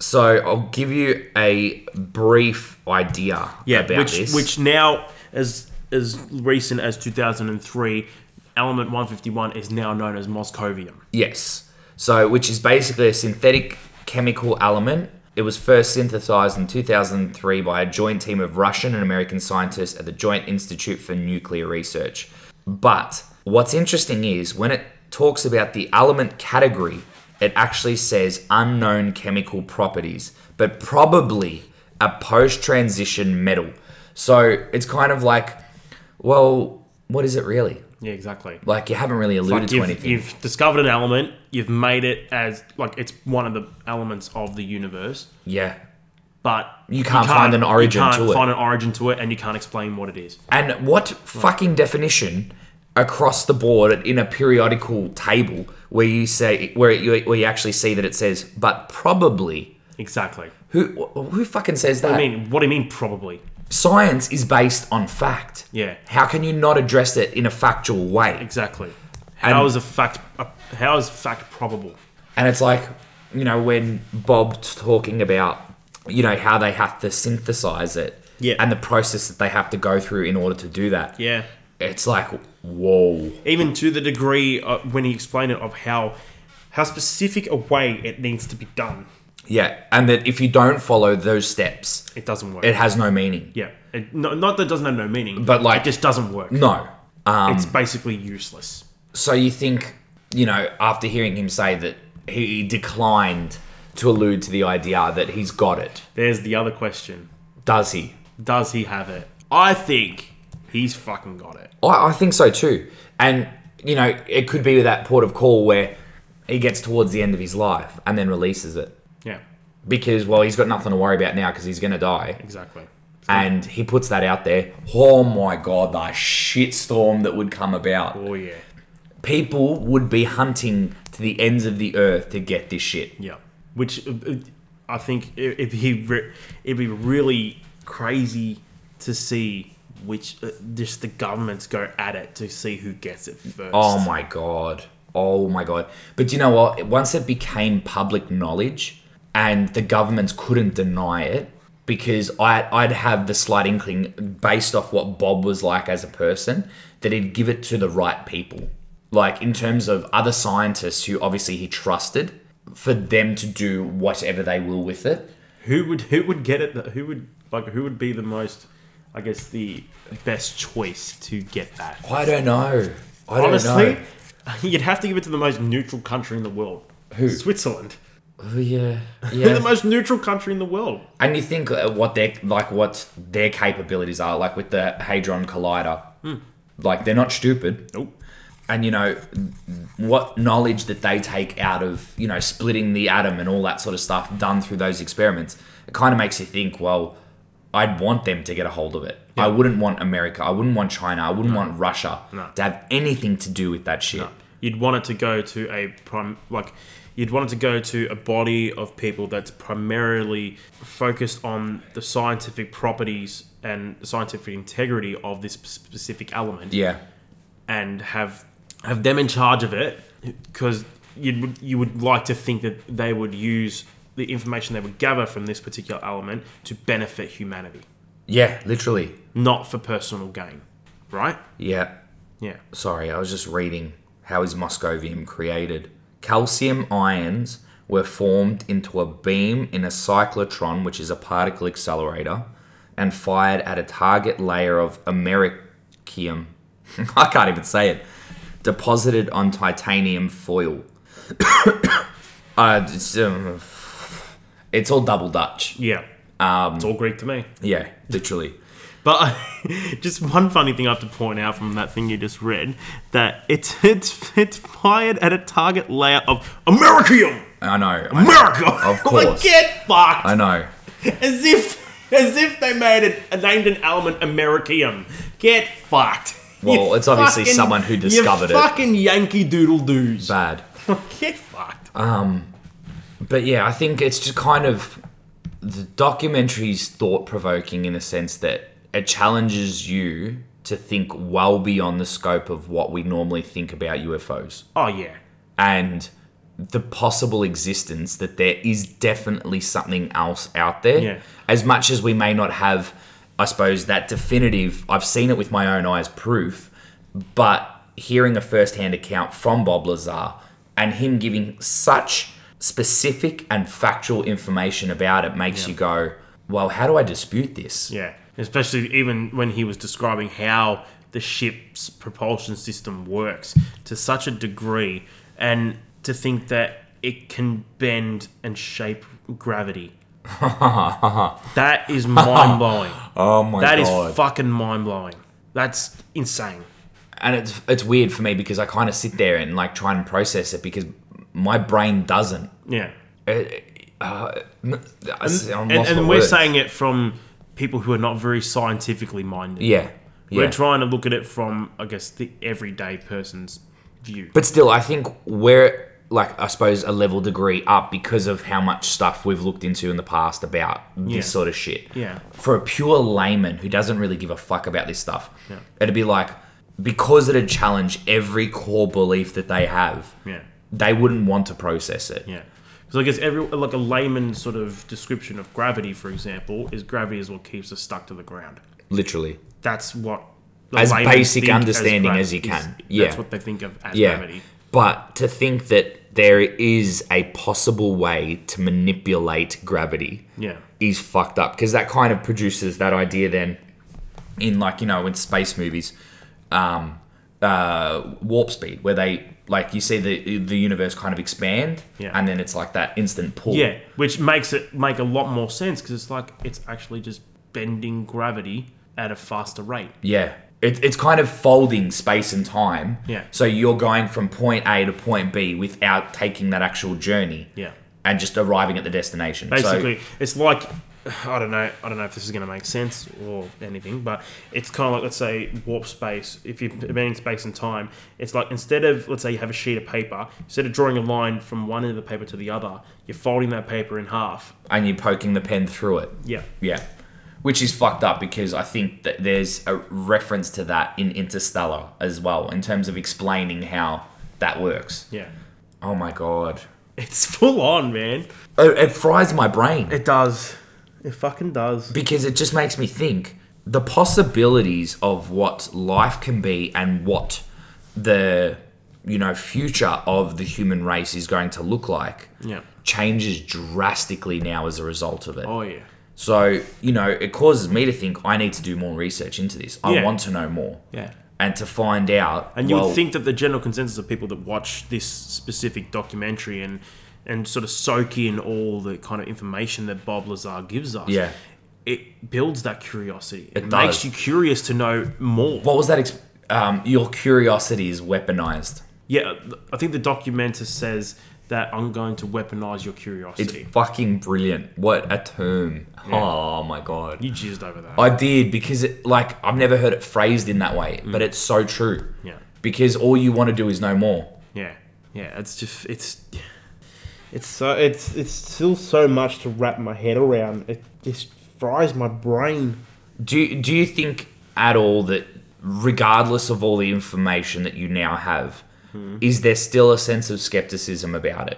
so I'll give you a brief idea about which this. which now as as recent as 2003, element 151 is now known as moscovium. Yes. So, which is basically a synthetic chemical element. It was first synthesized in 2003 by a joint team of Russian and American scientists at the Joint Institute for Nuclear Research. But what's interesting is when it talks about the element category, it actually says unknown chemical properties, but probably a post transition metal. So it's kind of like, well, what is it really? Yeah, exactly. Like, you haven't really alluded to You've, anything. you've discovered an element, you've made it as like it's one of the elements of the universe, yeah. but You can't find an origin you can't to it. Find an origin to it, and you can't explain what it is. And what fucking definition across the board in a periodical table where you say where you where you actually see that it says but probably Exactly. who who fucking says that? I mean, what do you mean? Probably. Science is based on fact. Yeah. How can you not address it in a factual way? Exactly. How And- is a fact? How is fact probable? And it's like, you know, when Bob's talking about, you know, how they have to synthesize it Yeah. and the process that they have to go through in order to do that. Yeah. It's like, whoa. Even to the degree uh, when he explained it of how how specific a way it needs to be done, Yeah. And that if you don't follow those steps, it doesn't work. it has no meaning. yeah. It, no, not that it doesn't have no meaning, But, like- it just doesn't work. No. Um, it's basically useless. so you think, you know, after hearing him say that he declined to allude to the idea that he's got it, There's the other question. does he? Does he have it? I think he's fucking got it. I, I think so too. And you know, it could be that port of call where he gets towards the end of his life and then releases it Yeah, because well, he's got nothing to worry about now because he's gonna die. exactly. And he puts that out there. Oh my god, the shitstorm that would come about. Oh yeah, People would be hunting to the ends of the earth to get this shit. yeah. Which uh, uh, I think i- if he re- it'd be really crazy to see which uh, just the governments go at it to see who gets it first. Oh my god. Oh my god. But you know what? Once it became public knowledge and the governments couldn't deny it, because I, I'd have the slight inkling, based off what Bob was like as a person, that he'd give it to the right people. Like, in terms of other scientists who obviously he trusted, for them to do whatever they will with it. Who would who would get it? the- Who would like who would be the most? I guess the best choice to get that. I don't know. I don't Honestly, know. you'd have to give it to the most neutral country in the world. Who? Switzerland. Oh, yeah. They're Yeah. the most neutral country in the world. And you think uh, what their like what their capabilities are, like with the hadron collider, Hmm. like they're not stupid, Nope. and you know what knowledge that they take out of you know splitting the atom and all that sort of stuff done through those experiments. It kind of makes you think, well, I'd want them to get a hold of it. I wouldn't want America. I wouldn't want China. I wouldn't want Russia No. to have anything to do with that shit. You'd want it to go to a prime like you'd want it to go to a body of people that's primarily focused on the scientific properties and scientific integrity of this specific element Yeah, and have have them in charge of it because you you would like to think that they would use the information they would gather from this particular element to benefit humanity yeah, literally, not for personal gain right yeah. yeah sorry, I was just reading how is moscovium created? Calcium ions were formed into a beam in a cyclotron, which is a particle accelerator, and fired at a target layer of americium. I can't even say it. Deposited on titanium foil. uh, it's, um, it's all double Dutch. yeah Um, it's all greek to me yeah, literally. But just one funny thing I have to point out from that thing you just read that it's it's it's fired at a target layer of americium, I know. I know. America. Of course. get fucked. I know. As if as if they made it named an element americium. Get fucked. Well, it's obviously someone who discovered it. you Fucking Yankee Doodle Doos. Bad. get fucked. But yeah, I think it's just kind of the documentary's thought provoking in the sense that it challenges you to think well beyond the scope of what we normally think about UFOs oh yeah. and the possible existence that there is definitely something else out there. Yeah. As much as we may not have, I suppose, that definitive, I've seen it with my own eyes proof, but hearing a first hand account from Bob Lazar and him giving such specific and factual information about it makes you go, well, how do I dispute this? Yeah, especially even when he was describing how the ship's propulsion system works to such a degree, and to think that it can bend and shape gravity. that is mind blowing. Oh my That is fucking mind blowing. That's insane. and it's it's weird for me because I kind of sit there and like try and process it because my brain doesn't. Yeah. it, Uh, And, and we're saying it from people who are not very scientifically minded. yeah, yeah. We're trying to look at it from, I guess, the everyday person's view. But still, I think we're like I suppose a level degree up because of how much stuff we've looked into in the past about Yeah. this sort of shit. Yeah. For a pure layman who doesn't really give a fuck about this stuff, it'd be like because it'd challenge every core belief that they have, yeah, they wouldn't want to process it. yeah. Because I guess every like a layman sort of description of gravity, for example, is gravity is what keeps us stuck to the ground. Literally. That's what the As layman basic think understanding gravi- as you is- can. That's Yeah. what they think of as Yeah. gravity. But to think that there is a possible way to manipulate gravity Yeah. is fucked up because that kind of produces that idea then in like you know in space movies um uh warp speed where they like you see the the universe kind of expand Yeah. and then it's like that instant pull Yeah, which makes it make a lot more sense because it's like it's actually just bending gravity at a faster rate. Yeah. It, it's kind of folding space and time. Yeah. So you're going from point A to point B without taking that actual journey. Yeah. And just arriving at the destination. So- Basically, it's like I don't know. I don't know if this is going to make sense or anything, but it's kind of like let's say warp space. If you're bending space and time, it's like instead of let's say you have a sheet of paper, instead of drawing a line from one end of the paper to the other, you're folding that paper in half. and you're poking the pen through it. Yeah, Yeah. Which is fucked up because I think that there's a reference to that in Interstellar as well in terms of explaining how that works. yeah. Oh my god. Oh, It's full on, man. It, it fries my brain. It does. It fucking does. because it just makes me think the possibilities of what life can be and what the you know future of the human race is going to look like Yeah. changes drastically now as a result of it Oh yeah. so you know it causes me to think i need to do more research into this i Yeah. want to know more Yeah. and to find out And you well, would think that the general consensus of people that watch this specific documentary and and sort of soak in all the kind of information that Bob Lazar gives us, Yeah. it builds that curiosity. It, It makes does. you curious to know more. what was that exp- um, your curiosity is weaponized yeah, I think the documenter says that I'm going to weaponize your it's curiosity. fucking brilliant what a term oh my god you jizzed over that. I did because it like I've never heard it phrased in that way, but it's so true. Mm. yeah, Because all you want to do is know more. yeah, yeah. It's just it's. It's so it's it's still so much to wrap my head around. It just fries my brain. Do you- do you think at all that regardless of all the information that you now have, Hmm. is there still a sense of skepticism about it?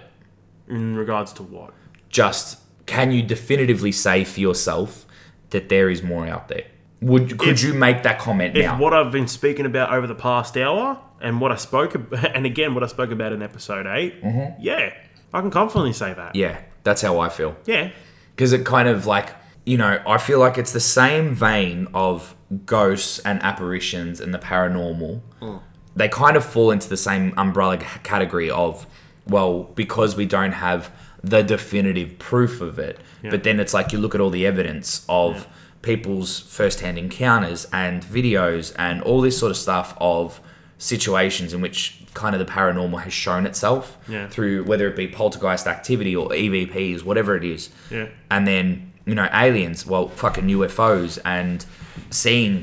In regards to what? Just can you definitively say for yourself that there is more out there? Would could If- you make that comment if now? what I've been speaking about over the past hour and what I spoke ab- and again what I spoke about in episode 8 yeah, I can confidently say that. yeah, that's how I feel. Yeah, because it kind of like you know i feel like it's the same vein of ghosts and apparitions and the paranormal Mm. they kind of fall into the same umbrella c- category of well because we don't have the definitive proof of it but then it's like you look at all the evidence of people's first-hand encounters and videos and all this sort of stuff of situations in which kind of the paranormal has shown itself Yeah. through whether it be poltergeist activity or evps whatever it is Yeah. and then you know aliens well fucking ufos and seeing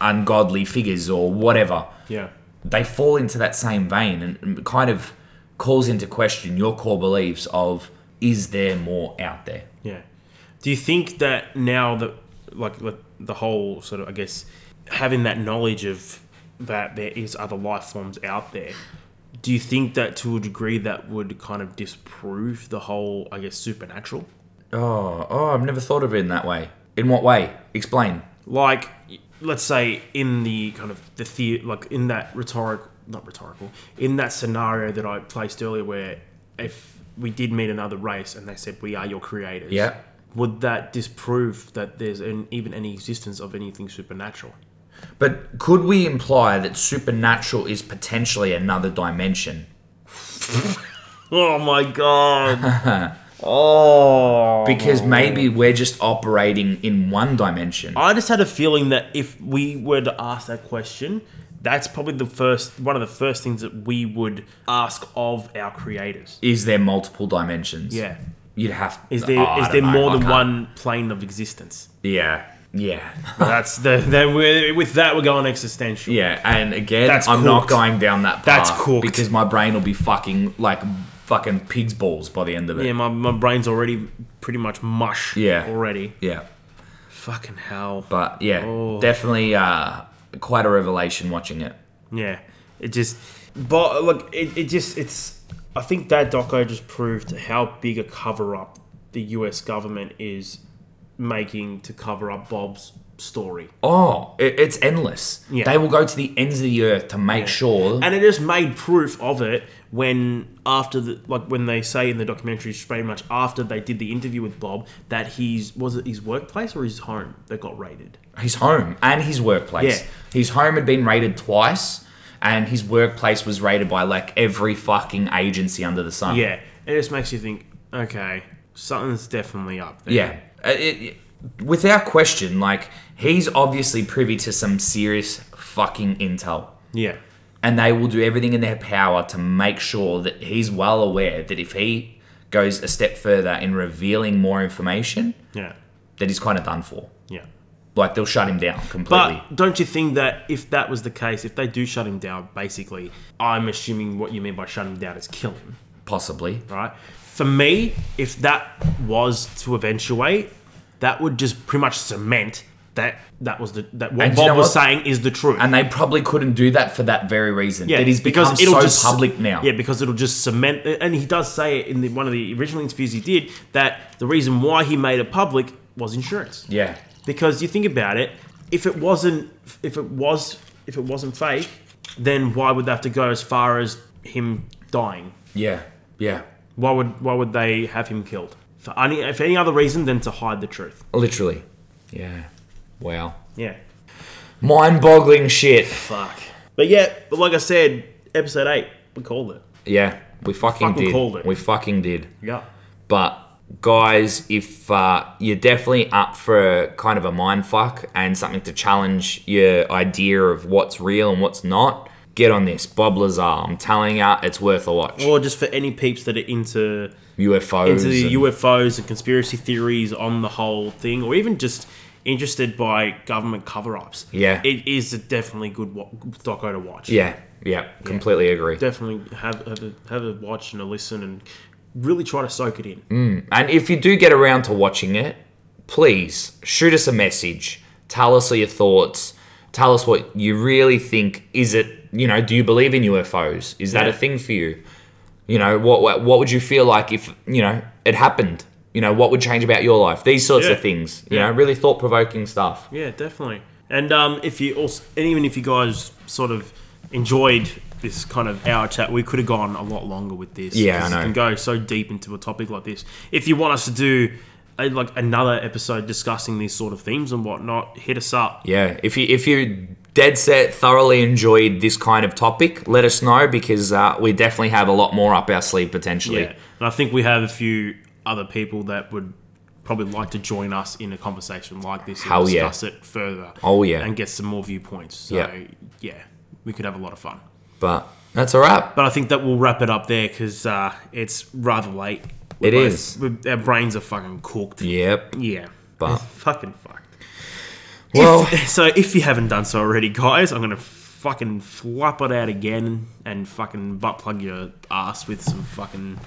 ungodly figures or whatever yeah, they fall into that same vein and- and kind of calls into question your core beliefs of is there more out there yeah. Do you think that now that like, like the whole sort of I guess having that knowledge of that there is other life forms out there? Do you think that to a degree that would kind of disprove the whole I guess supernatural? oh oh i've never thought of it in that way in what way explain like let's say in the kind of the, the like in that rhetorical not rhetorical in that scenario that i placed earlier where if we did meet another race and they said we are your creators Yeah. would that disprove that there's an, even any existence of anything supernatural but could we imply that supernatural is potentially another dimension oh my god oh because maybe we're just operating in one dimension I just had a feeling that if we were to ask that question, that's probably the first one of the first things that we would ask of our creators. is there multiple dimensions Yeah. You'd have. Is there is oh, I don't there know. more I than can't- one plane of existence? Yeah, yeah. That's the then we're, with that we're going existential. Yeah, and again, That's I'm not cooked. going down that path. That's cooked. because my brain will be fucking like fucking pig's balls by the end of it. Yeah, my, my brain's already pretty much mush. Yeah. already. Yeah. Fucking hell. but yeah, Oh. definitely uh, quite a revelation watching it. Yeah, it just, but look, it, it just it's. I think that doco just proved how big a cover up the U.S. government is making to cover up Bob's story, Oh, it, it's endless. Yeah. They will go to the ends of the earth to make sure. and it just made proof of it when after the like when they say in the documentary, it's pretty much after they did the interview with Bob that his was it his workplace or his home that got raided. his home and his workplace. Yeah. His home had been raided twice, and his workplace was raided by like every fucking agency under the sun. Yeah, it just makes you think. Okay, something's definitely up there. Yeah. Uh, It, it- without question, like, he's obviously privy to some serious fucking intel. yeah, And they will do everything in their power to make sure that he's well aware that if he goes a step further in revealing more information, yeah, that he's kind of done for. yeah. Like, they'll shut him down completely. But don't you think that if that was the case, if they do shut him down, basically, I'm assuming what you mean by shutting him down is kill him, possibly. right? For me, if that was to eventuate, that would just pretty much cement that that was the that what And do Bob you know was what? saying is the truth. And they probably couldn't do that for that very reason. that he's become so public now. Yeah, because it'll just cement. And he does say it in the, one of the original interviews he did that the reason why he made it public was insurance. Yeah. because you think about it if it wasn't if it was if it wasn't fake then why would they have to go as far as him dying Yeah. Yeah. why would why would they have him killed for any if any other reason than to hide the truth Literally. Yeah. Wow. yeah Mind boggling shit. fuck but yeah but like i said episode 8 we called it Yeah, we fucking, Fucking did. called it. We fucking did. yeah But guys, if uh, you're definitely up for a, kind of a mind fuck and something to challenge your idea of what's real and what's not, get on this. Bob Lazar. I'm telling you, it's worth a watch. or just for any peeps that are into UFOs. into the and- UFOs and conspiracy theories on the whole thing, or even just interested by government cover-ups. Yeah. it is a definitely good wa- doco to watch. Yeah, yeah, completely agree. definitely have have a, have a watch and a listen and really try to soak it in. And if you do get around to watching it, please shoot us a message. Tell us your thoughts. Tell us what you really think. Is it, you know, do you believe in UFOs? Is that Yeah. a thing for you? You know, what, what what would you feel like if, you know, it happened? You know, what would change about your life? These sorts Yeah. of things. You Yeah. know, really thought provoking stuff. Yeah, definitely. And um, if you also, and even if you guys sort of enjoyed this kind of hour chat, we could have gone a lot longer with this. Yeah, 'cause I know. You can go so deep into a topic like this. If you want us to do a, like another episode discussing these sort of themes and whatnot, hit us up. Yeah. If you if you dead set thoroughly enjoyed this kind of topic, let us know because uh, we definitely have a lot more up our sleeve potentially. Yeah, and I think we have a few other people that would probably like to join us in a conversation like this and Hell yeah. discuss it further. Oh, yeah. and get some more viewpoints. So Yeah. yeah, we could have a lot of fun. But that's a wrap. But I think that we'll wrap it up there because uh, it's rather late. It It is. is. Our brains are fucking cooked. Yep. Yeah. But- It's fucking fucked. Well, If- so if you haven't done so already, guys, I'm gonna fucking flop it out again and fucking butt plug your ass with some fucking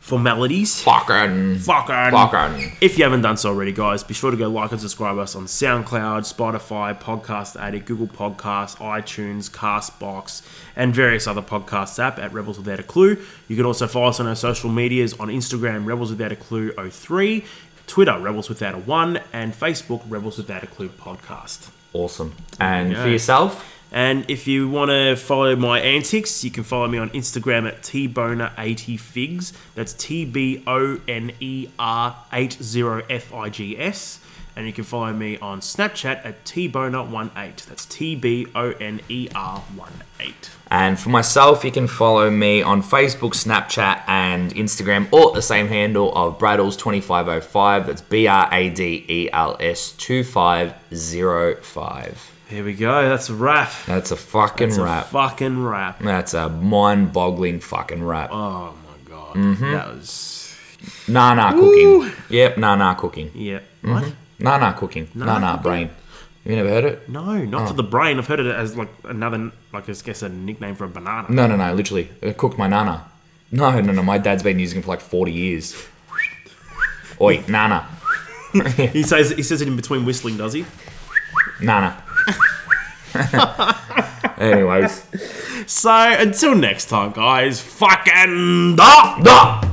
formalities. fucking. Fucking. Fucking. If you haven't done so already, guys, be sure to go like and subscribe us on SoundCloud, Spotify, Podcast Addict, Google Podcasts, iTunes, Castbox, and various other podcast app at Rebels Without a Clue. You can also follow us on our social medias on Instagram, Rebels Without a Clue 03, Twitter, Rebels Without a 1, and Facebook, Rebels Without a Clue Podcast. Awesome. And go. for yourself, And if you want to follow my antics, you can follow me on Instagram at tboner80figs. That's T B O N E R 80 F I G S. And you can follow me on Snapchat at tboner18. That's T B O N E R 18. and for myself, you can follow me on Facebook, Snapchat, and Instagram, all at the same handle of Bradles2505. That's B R A D E L S 2505. Here we go. That's a wrap. That's a fucking That's wrap. a fucking wrap. Uh, That's a mind boggling fucking wrap. Oh my god. That was. Nah, nah, cooking. Yep, nah, nah, cooking. Yeah. What? Nah, nah, cooking. Nah, nah, brain. You never heard it? No, not for the brain. I've heard it as like another, like I guess a nickname for a banana. No, no, no. Literally, uh, cook my nana. No, no, no. My dad's been using it for like forty years. Oi, nana, He says he says it in between whistling, does he? nana. Anyways, So until next time, guys. Fucking da. Ah!